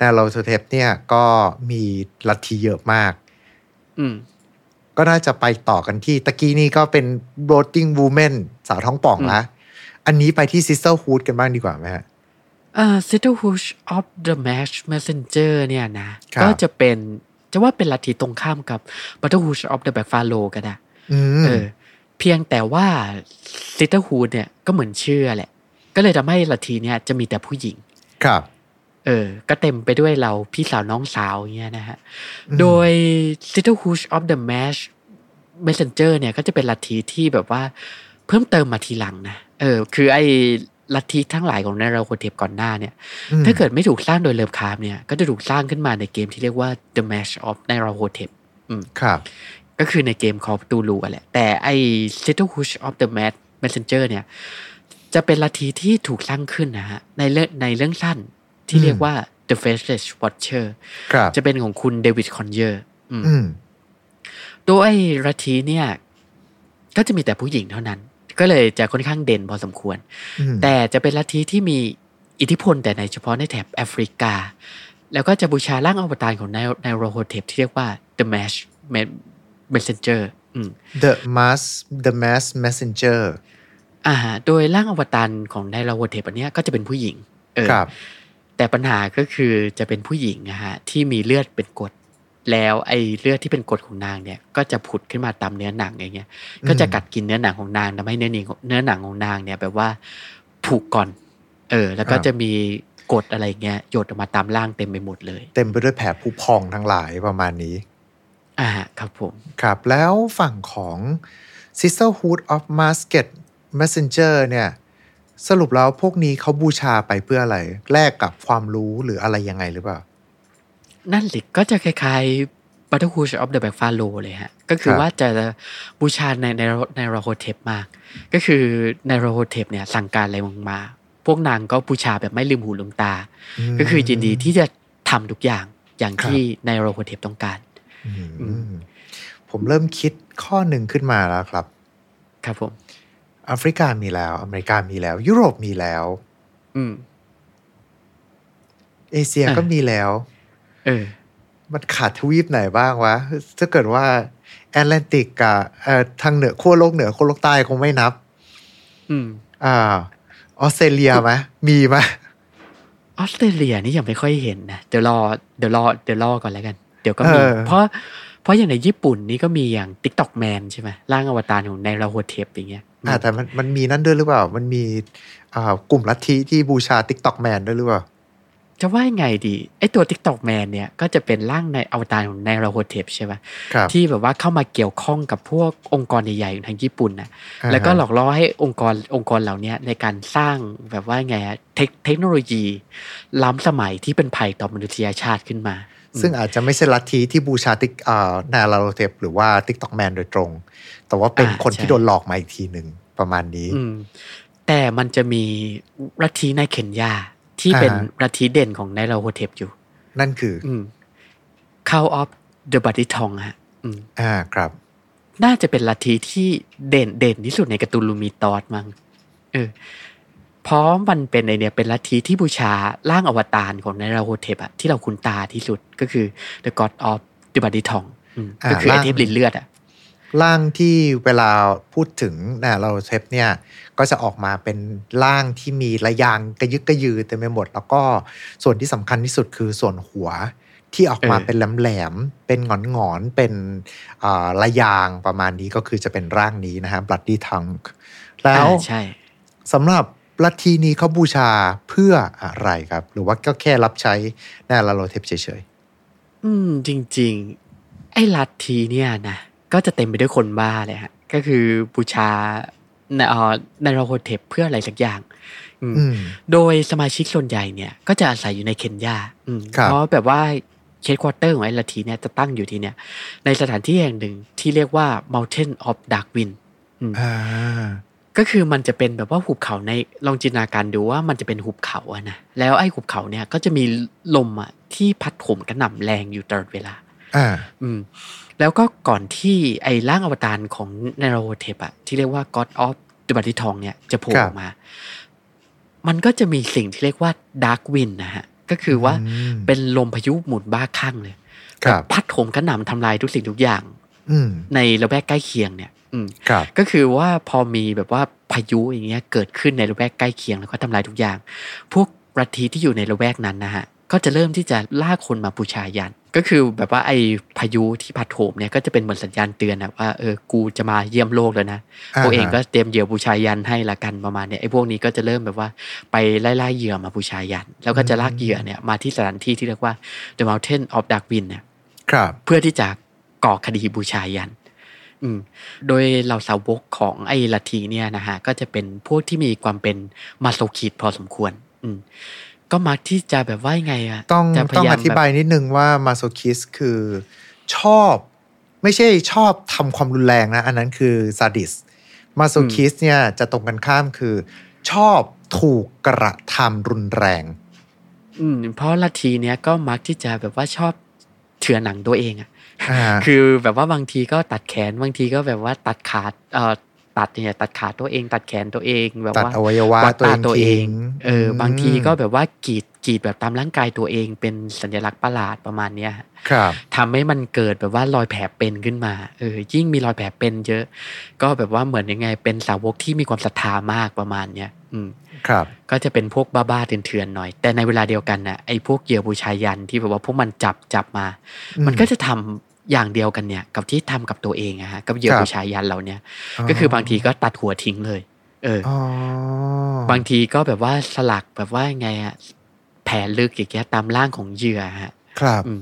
Speaker 1: นาโรโทเทปเนี่ยก็มีลัทธิเยอะมาก
Speaker 3: อืม
Speaker 1: ก็น่าจะไปต่อกันที่ตะกี้นี่ก็เป็น bloating woman สาวท้องป่องละอันนี้ไปที่ sisterhood กันบ้างดีกว่าไหมฮะ
Speaker 3: เอ่อ c i t y h o o s of the Match Messenger เนี่ยนะ
Speaker 1: ครับ
Speaker 3: ก็จะเป็นจะว่าเป็นลัทธิตรงข้ามกับ b u t t e r h o o s of the Black Pharaoh ก็ได้
Speaker 1: อืม
Speaker 3: เออ เพียงแต่ว่า c i t y h o o s เนี่ยก็เหมือนเชื่อแหละ ก็เลยทำให้ลัทธิเนี่ยจะมีแต่ผู้หญิง
Speaker 1: ครับ
Speaker 3: เออ ก็เต็มไปด้วยเราพี่สาวน้องสาวอย่างเงี้ยนะฮะ
Speaker 1: อืม
Speaker 3: โดย Little Hush of the Mash Messenger เนี่ยก็จะเป็นลัทธิที่แบบว่าเพิ่มเติมมาทีหลังนะ เออ คือไอ้ลัทธิทั้งหลายของนาราโคเทปก่อนหน้าเนี่ย
Speaker 1: อืม
Speaker 3: ถ้าเกิดไม่ถูกสร้างโดยเลิฟคาร์ฟเนี่ย ก็จะถูกสร้างขึ้นมาในเกมที่เรียกว่า The Mash of n a r a h o t e p
Speaker 1: ครับ
Speaker 3: ก็คือในเกม Call of Cthulhu อะแหละ แต่ไอ้ Little Hush of the Mad Messenger เนี่ย จะเป็นลัทธิที่ถูกสร้างขึ้นนะฮะ ในเรื่องในเรื่องสั้นที่เรียกว่า The Faceless Watcher
Speaker 1: ครับ
Speaker 3: จะเป็นของคุณเดวิดคอนเยอร์อืม
Speaker 1: อืม
Speaker 3: โดยรัฐีเนี่ย ก็จะมีแต่ผู้หญิงเท่านั้น ก็เลยจะค่อนข้างเด่นพอสมควร
Speaker 1: อืม
Speaker 3: แต่จะเป็นลัทธิที่มีอิทธิพลแต่ในเฉพาะในแถบแอฟริกา แล้วก็จะบูชาร่างอวตารของนายนายโรโฮเทปที่เรียกว่า The Mash Me- Messenger อืม
Speaker 1: The Mass The Mass Messenger
Speaker 3: อ่าฮะโดยร่างอวตารของนายโรโฮเทปอันเนี้ยก็จะเป็นผู้หญิงเออ
Speaker 1: ครับ
Speaker 3: แต่ปัญหาก็คือจะเป็นผู้หญิงนะฮะที่มีเลือดเป็นกรดแล้วไอ้เลือดที่เป็นกรดของนางเนี่ยก็จะผุดขึ้นมาตามเนื้อหนังอย่างเงี้ยก็จะกัดกินเนื้อหนังของนางทำให้เนื้อหนังเนื้อหนังของนางเนี่ยแบบว่าผุก่อน เออ แล้วก็
Speaker 1: ครับ
Speaker 3: จะมีกรดอะไรเงี้ยหยดออกมาตามร่างเต็มไปหมดเลย
Speaker 1: เต็มไปด้วยแผลผุพองทั้งหลายประมาณนี้
Speaker 3: อ่าฮะครับผม
Speaker 1: ครับ แล้วฝั่งของ Sisterhood of Masket Messenger เนี่ย สรุปแล้วพวกนี้เขาบูชาไปเพื่ออะไร แลกกับความรู้หรืออะไรยังไงหรือเปล่า
Speaker 3: นั่นสิก็จะคล้ายๆ Battlefield of the Black Pharaoh เลยฮะก็
Speaker 1: ค
Speaker 3: คือ
Speaker 1: รับ
Speaker 3: ว่าจะบูชาในในในโรโฮเทปมาก ก็คือในโรโฮเทปเนี่ยสั่งการอะไรมา พวกนางก็บูชาแบบไม่ลืมหูลืมตา ก็คือยินดีที่จะทำทุกอย่างอย่าง
Speaker 1: ครับ
Speaker 3: ที่ในโรโคเทปต้องการ
Speaker 1: อืม
Speaker 3: อืม
Speaker 1: ผมเริ่มคิดข้อหนึ่งขึ้นมาแล้วครับ
Speaker 3: ครับผม
Speaker 1: แอฟริกามีแล้ว อเมริกามีแล้ว ยุโรปมีแล้ว
Speaker 3: อืม
Speaker 1: เอเชีย
Speaker 3: อ่า
Speaker 1: ก็มีแล้ว
Speaker 3: เออ
Speaker 1: มันขาดทวีปไหนบ้างวะ ถ้าเกิดว่าแอตแลนติกกับเอ่อทางเหนือขั้วโลกเหนือขั้วโลกใต้คงไม่นับ
Speaker 3: อืม
Speaker 1: อ่าออสเตรเลียไหมมีไหม
Speaker 3: ออสเตรเลียนี่ยังไม่ค่อยเห็นนะเดี๋ยวรอเดี๋ยวรอเดี๋ยวรอก่อนแล้วกัน เดี๋ยวก็มี
Speaker 1: เออ
Speaker 3: เพราะเพราะอย่างในญี่ปุ่นนี่ก็มีอย่าง t ิ k t o k Man ใช่ไหมร่างอวตารของในโรโคเทปอย่างเงี้ย
Speaker 1: อ่าแต่มันมันมีนั่นด้วยหรือเปล่า มันมีอ่ากลุ่มลัทธิที่บูชา Tik t o k Man ด้วยหรือเปล่า
Speaker 3: จะว่ายังไงดีไอตัว t ิ k t o k Man เนี่ยก็จะเป็นร่างในอวตารของในโรโคเทปใช่ไหม
Speaker 1: ครับ
Speaker 3: ที่แบบว่าเข้ามาเกี่ยวข้องกับพวกองค์กรใหญ่ๆของทางญี่ปุ่นนะ แล้วก็หลอกล่อให้องค์กรองค์กรเหล่าเนี้ยในการสร้างแบบว่าไงอะเทคเทคโนโลยี ล้ำสมัยที่เป็นภัยต่อมนุษยชาติขึ้นมา
Speaker 1: ซึ่งอาจจะไม่ใช่ลัทธิที่บูชาติ๊กอ่านาลาโรเทปหรือว่า Tik t o k Man โดยตรง แต่ว่าเป็นคนที่โดนหลอกมาอีกทีหนึ่งประมาณนี้
Speaker 3: อืมแต่มันจะมีรัฐีในเคนยาที่เป็น
Speaker 1: อ่าฮะ
Speaker 3: รัฐีเด่นของไนายราโฮเทปอยู่
Speaker 1: นั่นคือ
Speaker 3: อืม Call of the b u d d y t o n g ฮะ อืม
Speaker 1: อ่าครับ
Speaker 3: น่าจะเป็นลัทธิที่เด่นเด่นที่สุดในการ์ตูนลูมีตอสมั้งเออเพราะมันเป็นไอเนี่ยเป็นลัทธิที่บูชาร่างอวตารของในราโฮเทปอะที่เราคุ้นตาที่สุดก็คือ The God of the Body t o n g ก็คือ
Speaker 1: อ่า
Speaker 3: ไอ
Speaker 1: ร่าง
Speaker 3: เทพลินเลือดอะ
Speaker 1: ร่างที่เวลาพูดถึงนาลาโรเทปเนี่ย ก็จะออกมาเป็นร่างที่มีระยางกระยึกกระยือเต็มไปหมด แล้วก็ส่วนที่สำคัญที่สุดคือส่วนหัวที่ออกมาเป็นแหลมแหลมๆเป็นหงอนหงอนๆเป็นอ่าระยางประมาณนี้ก็คือจะเป็นร่างนี้นะฮะบลัดดี้ทังแล้ว
Speaker 3: อ่าใช่
Speaker 1: สำหรับลัทธินี้เขาบูชาเพื่ออะไรครับ หรือว่าก็แค่รับใช้นาลาโรเทปเฉย
Speaker 3: อืม จริง ๆ ไอ้ลัทธิเนี่ยนะก็จะเต็มไปด้วยคนบ้าเลยฮะ ก็คือบูชาในเอ่อในราโฮเทปเพื่ออะไรสักอย่าง อืม
Speaker 1: ๆ อืม
Speaker 3: โดยสมาชิกส่วนใหญ่เนี่ยก็จะอาศัยอยู่ในเคนยาอืม
Speaker 1: ครับ
Speaker 3: เพราะแบบว่าเคสควอเตอร์ของไอ้ลัทธิเนี่ยจะตั้งอยู่ที่เนี่ย ในสถานที่แห่งหนึ่งที่เรียกว่า Mountain of Dark Wind อืม
Speaker 1: อ่า
Speaker 3: ก็คือมันจะเป็นแบบว่าหุบเขาในลองจินตนาการดูว่ามันจะเป็นหุบเขาอะนะแล้วไอ้หุบเขาเนี่ยก็จะมีลมอะที่พัดโผมกระหน่ำแรงอยู่ตลอดเวลา
Speaker 1: อ่า
Speaker 3: อืมแล้วก็ก่อนที่ไอ้ร่างอวตารของเนโรเทปอะที่เรียกว่า God of the b a t t y t o n g เนี่ยจะโผล่ออกมา มันก็จะมีสิ่งที่เรียกว่า Dark Wind นะฮะ ก็คือว่า
Speaker 1: อืม
Speaker 3: เป็นลมพายุหมุนบ้าคลั่งเลย
Speaker 1: ครับ
Speaker 3: พัดโหมกระหน่ำทำลายทุกสิ่งทุกอย่าง
Speaker 1: อืม
Speaker 3: ในระแวกใกล้เคียงเนี่ย อืม
Speaker 1: ครับ
Speaker 3: ก็คือว่าพอมีแบบว่าพายุอย่างเงี้ยเกิดขึ้นในระแวกใกล้เคียงแล้วก็ทำลายทุกอย่าง พวกรัฐีที่อยู่ในระแวกนั้นนะฮะ ก็จะเริ่มที่จะล่าคนมาบูชายัน ก็คือแบบว่าไอ้พายุที่พัดโหมเนี่ยก็จะเป็นเหมือนสัญญาณเตือนอะว่าเออกูจะมาเยี่ยมโลกแล้วนะ
Speaker 1: อ่า
Speaker 3: พวกเอง
Speaker 1: ฮะ
Speaker 3: ก็เตรียมเหยื่อบูชายันให้ละกันประมาณเนี่ยไอ้พวกนี้ก็จะเริ่มแบบว่าไปไล่ล่าเหยื่อมาบูชายัน แล้วก็จะลากเหยื่อเนี่ยมาที่สถานที่ที่เรียกว่า The Mountain of Dark Wind เนี่ย
Speaker 1: ครับ
Speaker 3: เพื่อที่จะก่อคดีบูชายัน อืม โดยเหล่าสาวกของไอ้ลัทธิเนี่ยนะฮะ ก็จะเป็นพวกที่มีความเป็นมาโซคิดพอสมควร อืม ก็มักที่จะแบบว่ายังไงอะ
Speaker 1: ต้อง
Speaker 3: จะ
Speaker 1: ต้องอ
Speaker 3: แ
Speaker 1: ธิบายนิดนึงว่ามาโซคิสคือชอบไม่ใช่ชอบทำความรุนแรงนะ อันนั้นคือซาดิสมาโซคิสเนี่ยจะตรงกันข้ามคือ ชอบถูกกระทำรุนแรง
Speaker 3: อืม เพราะลัทธิเนี้ยก็มักที่จะแบบว่าชอบเถื่อนหนังตัวเองอะ
Speaker 1: อ่า
Speaker 3: คือแบบว่าบางทีก็ตัดแขนบางทีก็แบบว่าตัดขาดเอ่อตัดเนี่ยตัดขาตัวเอง ตัดแขนตัวเองแบบ
Speaker 1: ตัด
Speaker 3: ว่า
Speaker 1: อวัยวะ
Speaker 3: ดตา
Speaker 1: ตัวเองทิ้ง
Speaker 3: เอออ
Speaker 1: ม
Speaker 3: บางทีก็แบบว่ากรีดกรีดแบบตามร่างกายตัวเอง เป็นสัญลักษณ์ประหลาดประมาณเนี้ยฮะ
Speaker 1: ครับ
Speaker 3: ทำให้มันเกิดแบบว่ารอยแผลเป็นขึ้นมาเออยิ่งมีรอยแผลเป็นเยอะ ก็แบบว่าเหมือนยังไง เป็นสาวกที่มีความศรัทธามากประมาณเนี้ยอืม
Speaker 1: ครับ
Speaker 3: ก็จะเป็นพวกบ้าๆเถื่อนๆหน่อย แต่ในเวลาเดียวกันน่ะไอ้พวกเหยื่อบูชายันที่แบบว่าพวกมันจับจับมา
Speaker 1: อืม
Speaker 3: มันก็จะทำอย่างเดียวกันเนี่ย กับที่ทำกับตัวเองอะฮะกับเหยื่อ
Speaker 1: ครับ
Speaker 3: บูชายันเราเนี่ย ก็คือบางทีก็ตัดหัวทิ้งเลย เอออ
Speaker 1: อ๋อบ
Speaker 3: างทีก็แบบว่าสลักแบบว่ายังไงอะแผลลึกอย่างเงี้ยตามร่างของเหยื่อฮะ
Speaker 1: ครับ
Speaker 3: อืม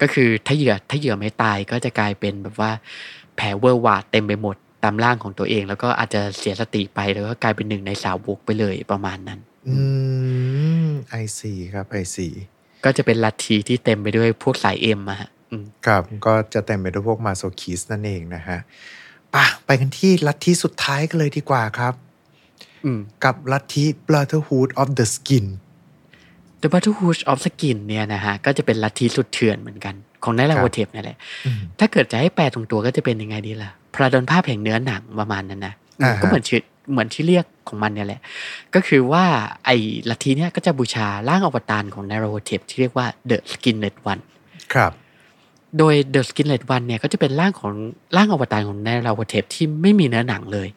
Speaker 3: ก็คือถ้าเหยื่อถ้าเหยื่อไม่ตายก็จะกลายเป็นแบบว่าแผลเวอร์วาดเต็มไปหมดตามร่างของตัวเอง แล้วก็อาจจะเสียสติไปแล้วก็กลายเป็นหนึ่งในสาวกไปเลยประมาณนั้น
Speaker 1: อืมไอซีครับไอซี
Speaker 3: ก็จะเป็นลัทธิที่เต็มไปด้วยพวกสายเอ็มอะฮะอืม
Speaker 1: ครับก็จะเต็มไปด้วยพวกมาโซคิสนั่นเองนะฮะป่ะไปกันที่ลัทธิสุดท้ายกันเลยดีกว่าครับ
Speaker 3: อืม
Speaker 1: กับลัทธิ Brotherhood of the Skin
Speaker 3: The Brotherhood of Skin เนี่ยนะฮะ ก็จะเป็นลัทธิสุดเถื่อนเหมือนกัน ของไนลา
Speaker 1: ครับ
Speaker 3: โวเทปนี่แหละ ถ้าเกิดจะให้แปลตรงตัวก็จะเป็นยังไงดีล่ะ พระดนภาพแห่งเนื้อหนังประมาณนั้นนะ
Speaker 1: อ่าฮะ
Speaker 3: ก็เหมือนชื่อเหมือนที่เรียกของมันเนี่ยแหละ ก็คือว่าไอ้ลัทธิเนี่ยก็จะบูชาร่างอวตารของไนลาโวเทปที่เรียกว่า The Skinless One
Speaker 1: ครับ
Speaker 3: โดย The Skinless One เนี่ยก็จะเป็นร่างของร่างอวตารของไนลาโวเทปที่ไม่มีเนื้อหนังเลย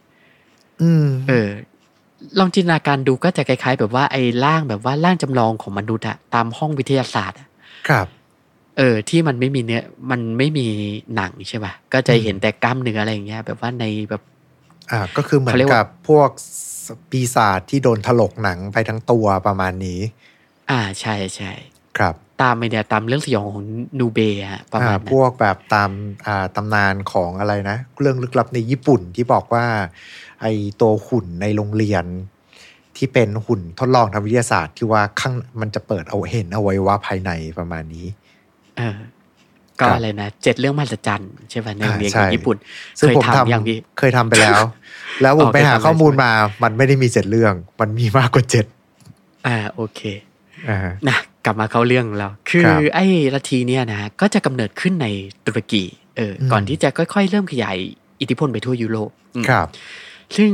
Speaker 1: อืม
Speaker 3: เออลองจินตนาการดูก็จะคล้ายๆ แบบว่าไอ้ร่างแบบว่าร่างจำลองของมนุษย์อะตามห้องวิทยาศาสตร์อะ
Speaker 1: ครับ
Speaker 3: เออ ที่มันไม่มีเนื้อมันไม่มีหนังใช่ป่ะก็จะเห็นแต่กล้ามเนื้ออะไรอย่างเงี้ย แบบว่าในแบบ
Speaker 1: อ่า ก็คือเหมือ
Speaker 3: เขา
Speaker 1: น
Speaker 3: เรียก
Speaker 1: กั
Speaker 3: ว่า
Speaker 1: บพวกปีศาจที่โดนถลกหนังไปทั้งตัวประมาณนี้
Speaker 3: อ่าใช่ใช่
Speaker 1: ครับ
Speaker 3: ตามไปเนี่ยตามเรื่องสยองของนูเบะฮะประ
Speaker 1: อ่า
Speaker 3: มาณ
Speaker 1: พ
Speaker 3: นั้น
Speaker 1: วกแบบตาม อ่า ตำนานของอะไรนะ เรื่องลึกลับในญี่ปุ่นที่บอกว่า ไอตัวหุ่นในโรงเรียน ที่เป็นหุ่นทดลองทางวิทยาศาสตร์ที่ว่าข้างมันจะเปิดเอาเห็นอวัยวะภายในประมาณนี้
Speaker 3: เออ ก็
Speaker 1: ครับ
Speaker 3: อะไรนะเจ็ดเรื่องมหัศจรรย์ใช่ป่ะในโรงเรียนของญี่ปุ่น
Speaker 1: ซึ่ง
Speaker 3: เคย
Speaker 1: ผมทำ
Speaker 3: ทำอย่างพี่
Speaker 1: เคยทำไปแล้ว แล้วผม
Speaker 3: อ๋อ
Speaker 1: ไปหา
Speaker 3: เคยทำไป
Speaker 1: ข้อมูลมา มันไม่ได้มีเจ็ดเรื่อง มันมีมากกว่าเจ็ด
Speaker 3: อ่าโอเค
Speaker 1: อ่าฮะ
Speaker 3: นะกลับมาเข้าเรื่องของเรา คือ
Speaker 1: ครับ
Speaker 3: ไอ้ลัทธิเนี่ยนะ ก็จะกำเนิดขึ้นในตุรกี เอออ
Speaker 1: ม
Speaker 3: ก่อนที่จะค่อยๆ เริ่มขยายอิทธิพลไปทั่วยุโรปอืม
Speaker 1: ครับ
Speaker 3: ซึ่ง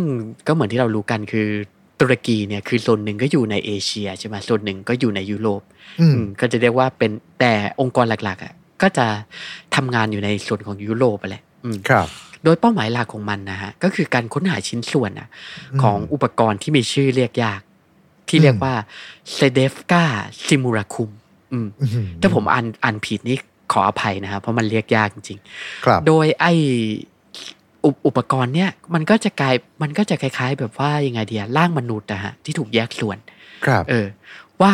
Speaker 3: ก็เหมือนที่เรารู้กันคือตุรกีเนี่ยคือโซนหนึ่งก็อยู่ในเอเชียใช่ไหมโซนหนึ่งก็อยู่ในยุโรป
Speaker 1: อืม
Speaker 3: อืมก็จะเรียกว่าเป็นแต่องค์กรหลักๆอ่ะก็จะทำงานอยู่ในส่วนของยุโรปไปแหละอืม
Speaker 1: ครับ
Speaker 3: โดยเป้าหมายหลักของมันนะฮะก็คือการค้นหาชิ้นส่วนอะ
Speaker 1: อืม
Speaker 3: ของอุปกรณ์ที่มีชื่อเรียกยาก ที่เรียกว่าเซเดฟกาซิมูราคุมอืม
Speaker 1: อื้อหือ
Speaker 3: ถ้าผมอ่านอ่านผิดนี่ขออภัยนะครับเพราะมันเรียกยากจริง
Speaker 1: ครับ
Speaker 3: ๆ โดยไออุปอุปกรณ์เนี่ยมันก็จะกลายมันก็จะคล้าย ๆ แบบว่ายังไงเดียร่างมนุษย์นะฮะที่ถูกแยกส่วน
Speaker 1: ครับ
Speaker 3: เออ ว่า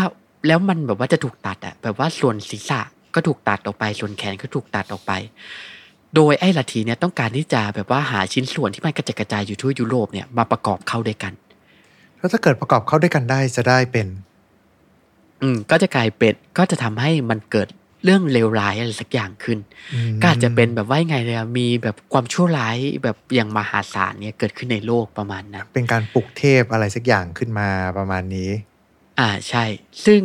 Speaker 3: แล้วมันแบบว่าจะถูกตัดอะแบบว่าส่วนศีรษะก็ถูกตัดออกไป ส่วนแขนก็ถูกตัดออกไป โดยไอ้ลัทธิเนี่ยต้องการที่จะแบบว่าหาชิ้นส่วนที่มันกระจัดกระจายอยู่ทั่วยุโรปเนี่ยมาประกอบเข้าด้วยกัน
Speaker 1: แล้วถ้าเกิดประกอบเข้าด้วยกันได้จะได้เป็น
Speaker 3: อืมก็จะกลายเป็นก็จะทำให้มันเกิดเรื่องเลวร้ายอะไรสักอย่างขึ้น
Speaker 1: อืม
Speaker 3: ก็อาจจะเป็นแบบว่ายังไงเลยอะมีแบบความชั่วร้ายแบบอย่างมหาศาลเนี่ยเกิดขึ้นในโลกประมาณนั้น
Speaker 1: เป็นการปลุกเทพอะไรสักอย่างขึ้นมาประมาณนี้
Speaker 3: อ่าใช่ ซึ่ง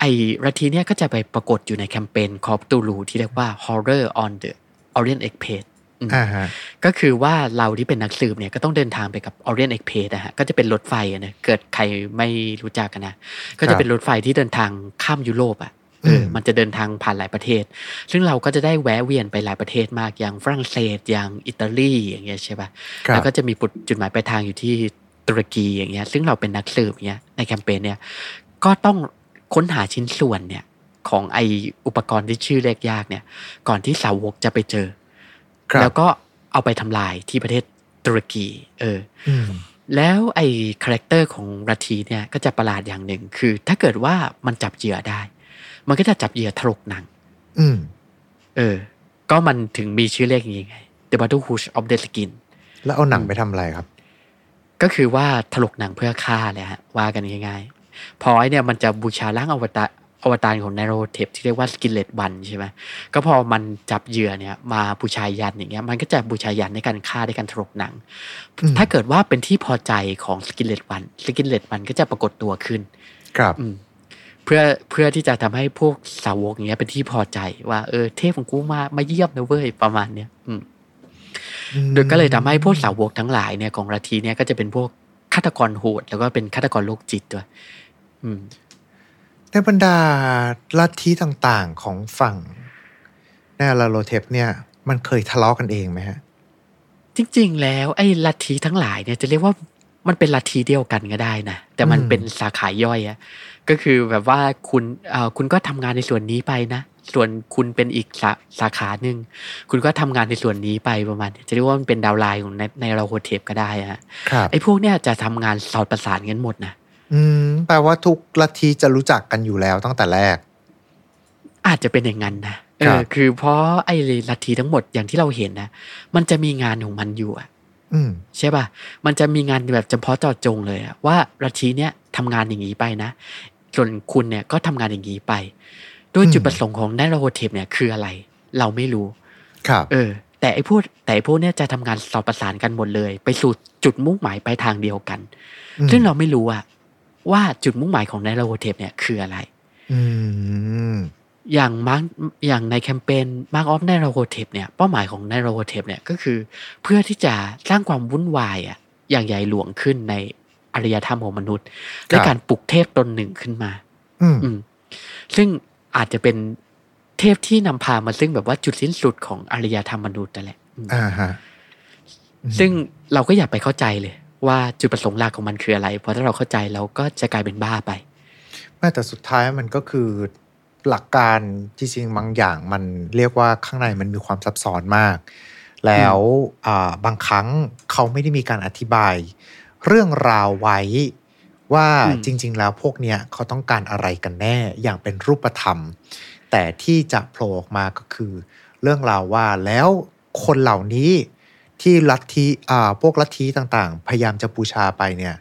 Speaker 3: ไอ้รัทีเนี่ยก็จะไปปรากฏอยู่ในแคมเปญคอปตูรูที่เรียกว่า Horror on the Orient Express อืม
Speaker 1: อ่าฮะ
Speaker 3: ก็คือว่าเราที่เป็นนักสืบเนี่ยก็ต้องเดินทางไปกับ Orient Express นะฮะก็จะเป็นรถไฟอะนะเกิดใครไม่รู้จักกันนะ ก็จะเป็นรถไฟที่เดินทางข้ามยุโรปอ่ะเออ
Speaker 1: ม
Speaker 3: มันจะเดินทางผ่านหลายประเทศ ซึ่งเราก็จะได้แวะเวียนไปหลายประเทศมากอย่างฝรั่งเศสอย่างอิตาลีอย่างเงี้ยใช่ป่ะ
Speaker 1: ครั
Speaker 3: แล้
Speaker 1: บ
Speaker 3: วก็จะมีปุดจุดหมายปลายทางอยู่ที่ตุรกีอย่างเงี้ยซึ่งเราเป็นนักสืบเงี้ยในแคมเปญเนี่ยก็ต้องค้นหาชิ้นส่วนเนี่ย ของไออุปกรณ์ที่ชื่อเลขยากเนี่ย ก่อนที่สาวกจะไปเจอ
Speaker 1: ครับ
Speaker 3: แล้วก็เอาไปทำลายที่ประเทศตุรกี เออ
Speaker 1: อืม
Speaker 3: แล้วไอ้คาแรคเตอร์ของรัทีเนี่ยก็จะประหลาดอย่างหนึ่งคือ ถ้าเกิดว่ามันจับเหยื่อได้ มันก็จะจับเหยื่อถลกหนัง
Speaker 1: อืม
Speaker 3: เออ ก็มันถึงมีชื่อเรียกอย่างนี้ไง The Battle Hoosh of the Skin
Speaker 1: แล้วเอาหนังไปทำอะไรครับ
Speaker 3: ก็คือว่าถลกหนังเพื่อฆ่าเลยฮะ ว่ากันง่ายๆพอยเนี่ยมันจะบูชาร่างอวตารอวตารของไนโรเทปที่เรียกว่าสกินเลตบันใช่ไหมก็พอมันจับเหยื่อเนี่ย มาบูชายันอย่างเงี้ย มันก็จะบูชายันในการฆ่าในการถลกหนัง
Speaker 1: อืม
Speaker 3: ถ้าเกิดว่าเป็นที่พอใจของสกินเลตบันสกินเลตบันก็จะปรากฏตัวขึ้น
Speaker 1: ครับ
Speaker 3: อืมเพื่อเพื่อที่จะทำให้พวกสาวกอย่างเงี้ยเป็นที่พอใจว่าเออเทพของกูมามาเยี่ยมนะเว้ยประมาณเนี้ยอืมโดยก็เลยทำให้พวกสาวกทั้งหลายเนี่ยของราทีเนี่ยก็จะเป็นพวกฆาตกรโหด แล้วก็เป็นฆาตกรโรคจิตด้วยอืม
Speaker 1: ในบรรดาลัทธิต่างๆของฝั่งแนลาโลเทปเนี่ย มันเคยทะเลาะกันเองไหมฮะ
Speaker 3: จริงๆแล้วไอ้ลัทธิทั้งหลายเนี่ยจะเรียกว่ามันเป็นลัทธิเดียวกันก็ได้นะแต่มัน
Speaker 1: อืม
Speaker 3: เป็นสาขาย่อยอะก็คือแบบว่าคุณเอ่อคุณก็ทำงานในส่วนนี้ไปนะส่วนคุณเป็นอีกสาสาขาหนึ่งคุณก็ทำงานในส่วนนี้ไปประมาณเนี้ยจะเรียกว่ามันเป็นดาวน์ไลน์ของในในเราโฮเทปก็ได้อะ
Speaker 1: ครับ
Speaker 3: ไอ้พวกเนี่ยจะทำงานสอดประสานกันหมดนะ
Speaker 1: อืมแปลว่าทุกลัทธิจะรู้จักกันอยู่แล้วตั้งแต่แรก
Speaker 3: อาจจะเป็นอย่างนั้นนะเอ
Speaker 1: ครั
Speaker 3: อบ คือเพราะไอ้ลัทธิทั้งหมดอย่างที่เราเห็นนะมันจะมีงานของมันอยู่อะ
Speaker 1: อืม
Speaker 3: ใช่ป่ะ มันจะมีงานแบบจำเพาะเจาะจงเลยอะว่าลัทธิเนี้ยทำงานอย่างนี้ไปนะ ส่วนคุณเนี่ยก็ทำงานอย่างนี้ไป โดย
Speaker 1: อืม
Speaker 3: จุดประสงค์ของไนโรโฮเทปเนี่ยคืออะไร เราไม่รู้
Speaker 1: ครับ
Speaker 3: เออ แต่ไอ้พวกแต่ไอ้พวกเนี่ยจะทำงานสอบประสานกันหมดเลย ไปสู่จุดมุ่งหมายไปลายทางเดียวกัน
Speaker 1: อืม
Speaker 3: ซึ่งเราไม่รู้อะว่าจุดมุ่งหมายของไนโรโฮเทปเนี่ยคืออะไร
Speaker 1: อืม
Speaker 3: อย่างมาร์อย่างในแคมเปญมาร์กออฟไนโรโฮเทปเนี่ยเป้าหมายของไนโรโฮเทปเนี่ยก็คือ เพื่อที่จะสร้างความวุ่นวายอะอย่างใหญ่หลวงขึ้นในอารยธรรมของมนุษย์
Speaker 1: ครับ
Speaker 3: ด้วยการปลุกเทพตนหนึ่งขึ้นมา
Speaker 1: อืม
Speaker 3: อืมซึ่งอาจจะเป็นเทพที่นำพามาซึ่งแบบว่าจุดสิ้นสุดของอารยธรรมมนุษย์นั่นแหละอืม
Speaker 1: อ่าฮะ
Speaker 3: ซึ่งเราก็อยากไปเข้าใจเลย ว่าจุดประสงค์หลักของมันคืออะไร เพราะถ้าเราเข้าใจเราก็จะกลายเป็นบ้าไป
Speaker 1: ไม่แต่สุดท้ายมันก็คือหลักการจริงๆบางอย่างมันเรียกว่าข้างในมันมีความซับซ้อนมาก แล้วอ่าบางครั้งเขาไม่ได้มีการอธิบาย เรื่องราวไว้ว่า
Speaker 3: อืม
Speaker 1: จริง ๆ แล้วพวกเนี้ยเขาต้องการอะไรกันแน่อย่างเป็นรูปธรรม แต่ที่จะโผล่ออกมาก็คือ เรื่องราวว่าแล้วคนเหล่านี้ที่ลัทธิอ่าพวกลัทธิต่างๆ พยายามจะบูชาไปเนี่ย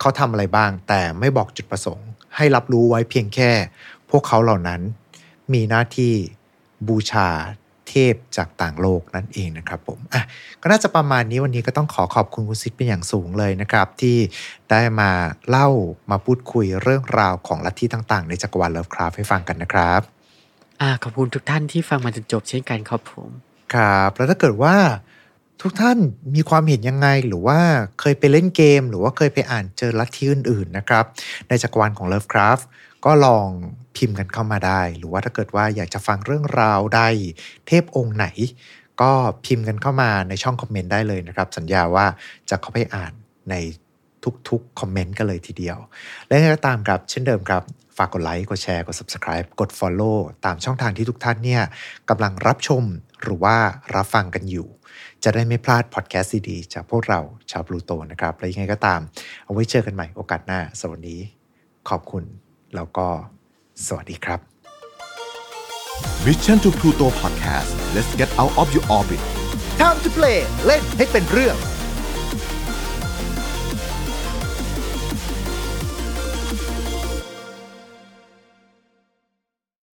Speaker 1: เขาทำอะไรบ้างแต่ไม่บอกจุดประสงค์ ให้รับรู้ไว้เพียงแค่ พวกเขาเหล่านั้นมีหน้าที่บูชาเทพจากต่างโลกนั่นเองนะครับผมอ่ะก็น่าจะประมาณนี้วันนี้ก็ต้องขอขอบคุณคุณซิดเป็นอย่างสูงเลยนะครับ ที่ได้มาเล่ามาพูดคุยเรื่องราวของลัทธิต่างๆ ในจักรวาลเลิฟคราฟให้ฟังกันนะครับ
Speaker 3: อ่าขอบคุณทุกท่านที่ฟังมาจนจบเช่นกันครับผม
Speaker 1: ครับแล้วถ้าเกิดว่าทุกท่านมีความเห็นยังไงหรือว่าเคยไปเล่นเกม หรือว่าเคยไปอ่านเจอลัทธิอื่นๆนะครับ ในจักรวาลของ Lovecraft ก็ลองพิมพ์กันเข้ามาได้ หรือว่าถ้าเกิดว่าอยากจะฟังเรื่องราวใดเทพองค์ไหน ก็พิมพ์กันเข้ามาในช่องคอมเมนต์ได้เลยนะครับ สัญญาว่าจะเข้าไปอ่านในทุกๆคอมเมนต์กันเลยทีเดียว และยังไงก็ตามครับ เช่นเดิมครับ ฝากกดไลค์กดแชร์กด subscribe กด follow ตามช่องทางที่ทุกท่านเนี่ยกำลังรับชมหรือว่ารับฟังกันอยู่ จะได้ไม่พลาดพอดแคสต์ดีๆจากพวกเราชาวพลูโตนะครับ และยังไงก็ตาม เอาไว้เจอกันใหม่โอกาสหน้าสำหรับวันนี้ ขอบคุณแล้วก็สวัสดีครับ
Speaker 2: Mission to Pluto Podcast let's get out of your orbit
Speaker 1: Time to play เล่นให้เป็นเรื่อง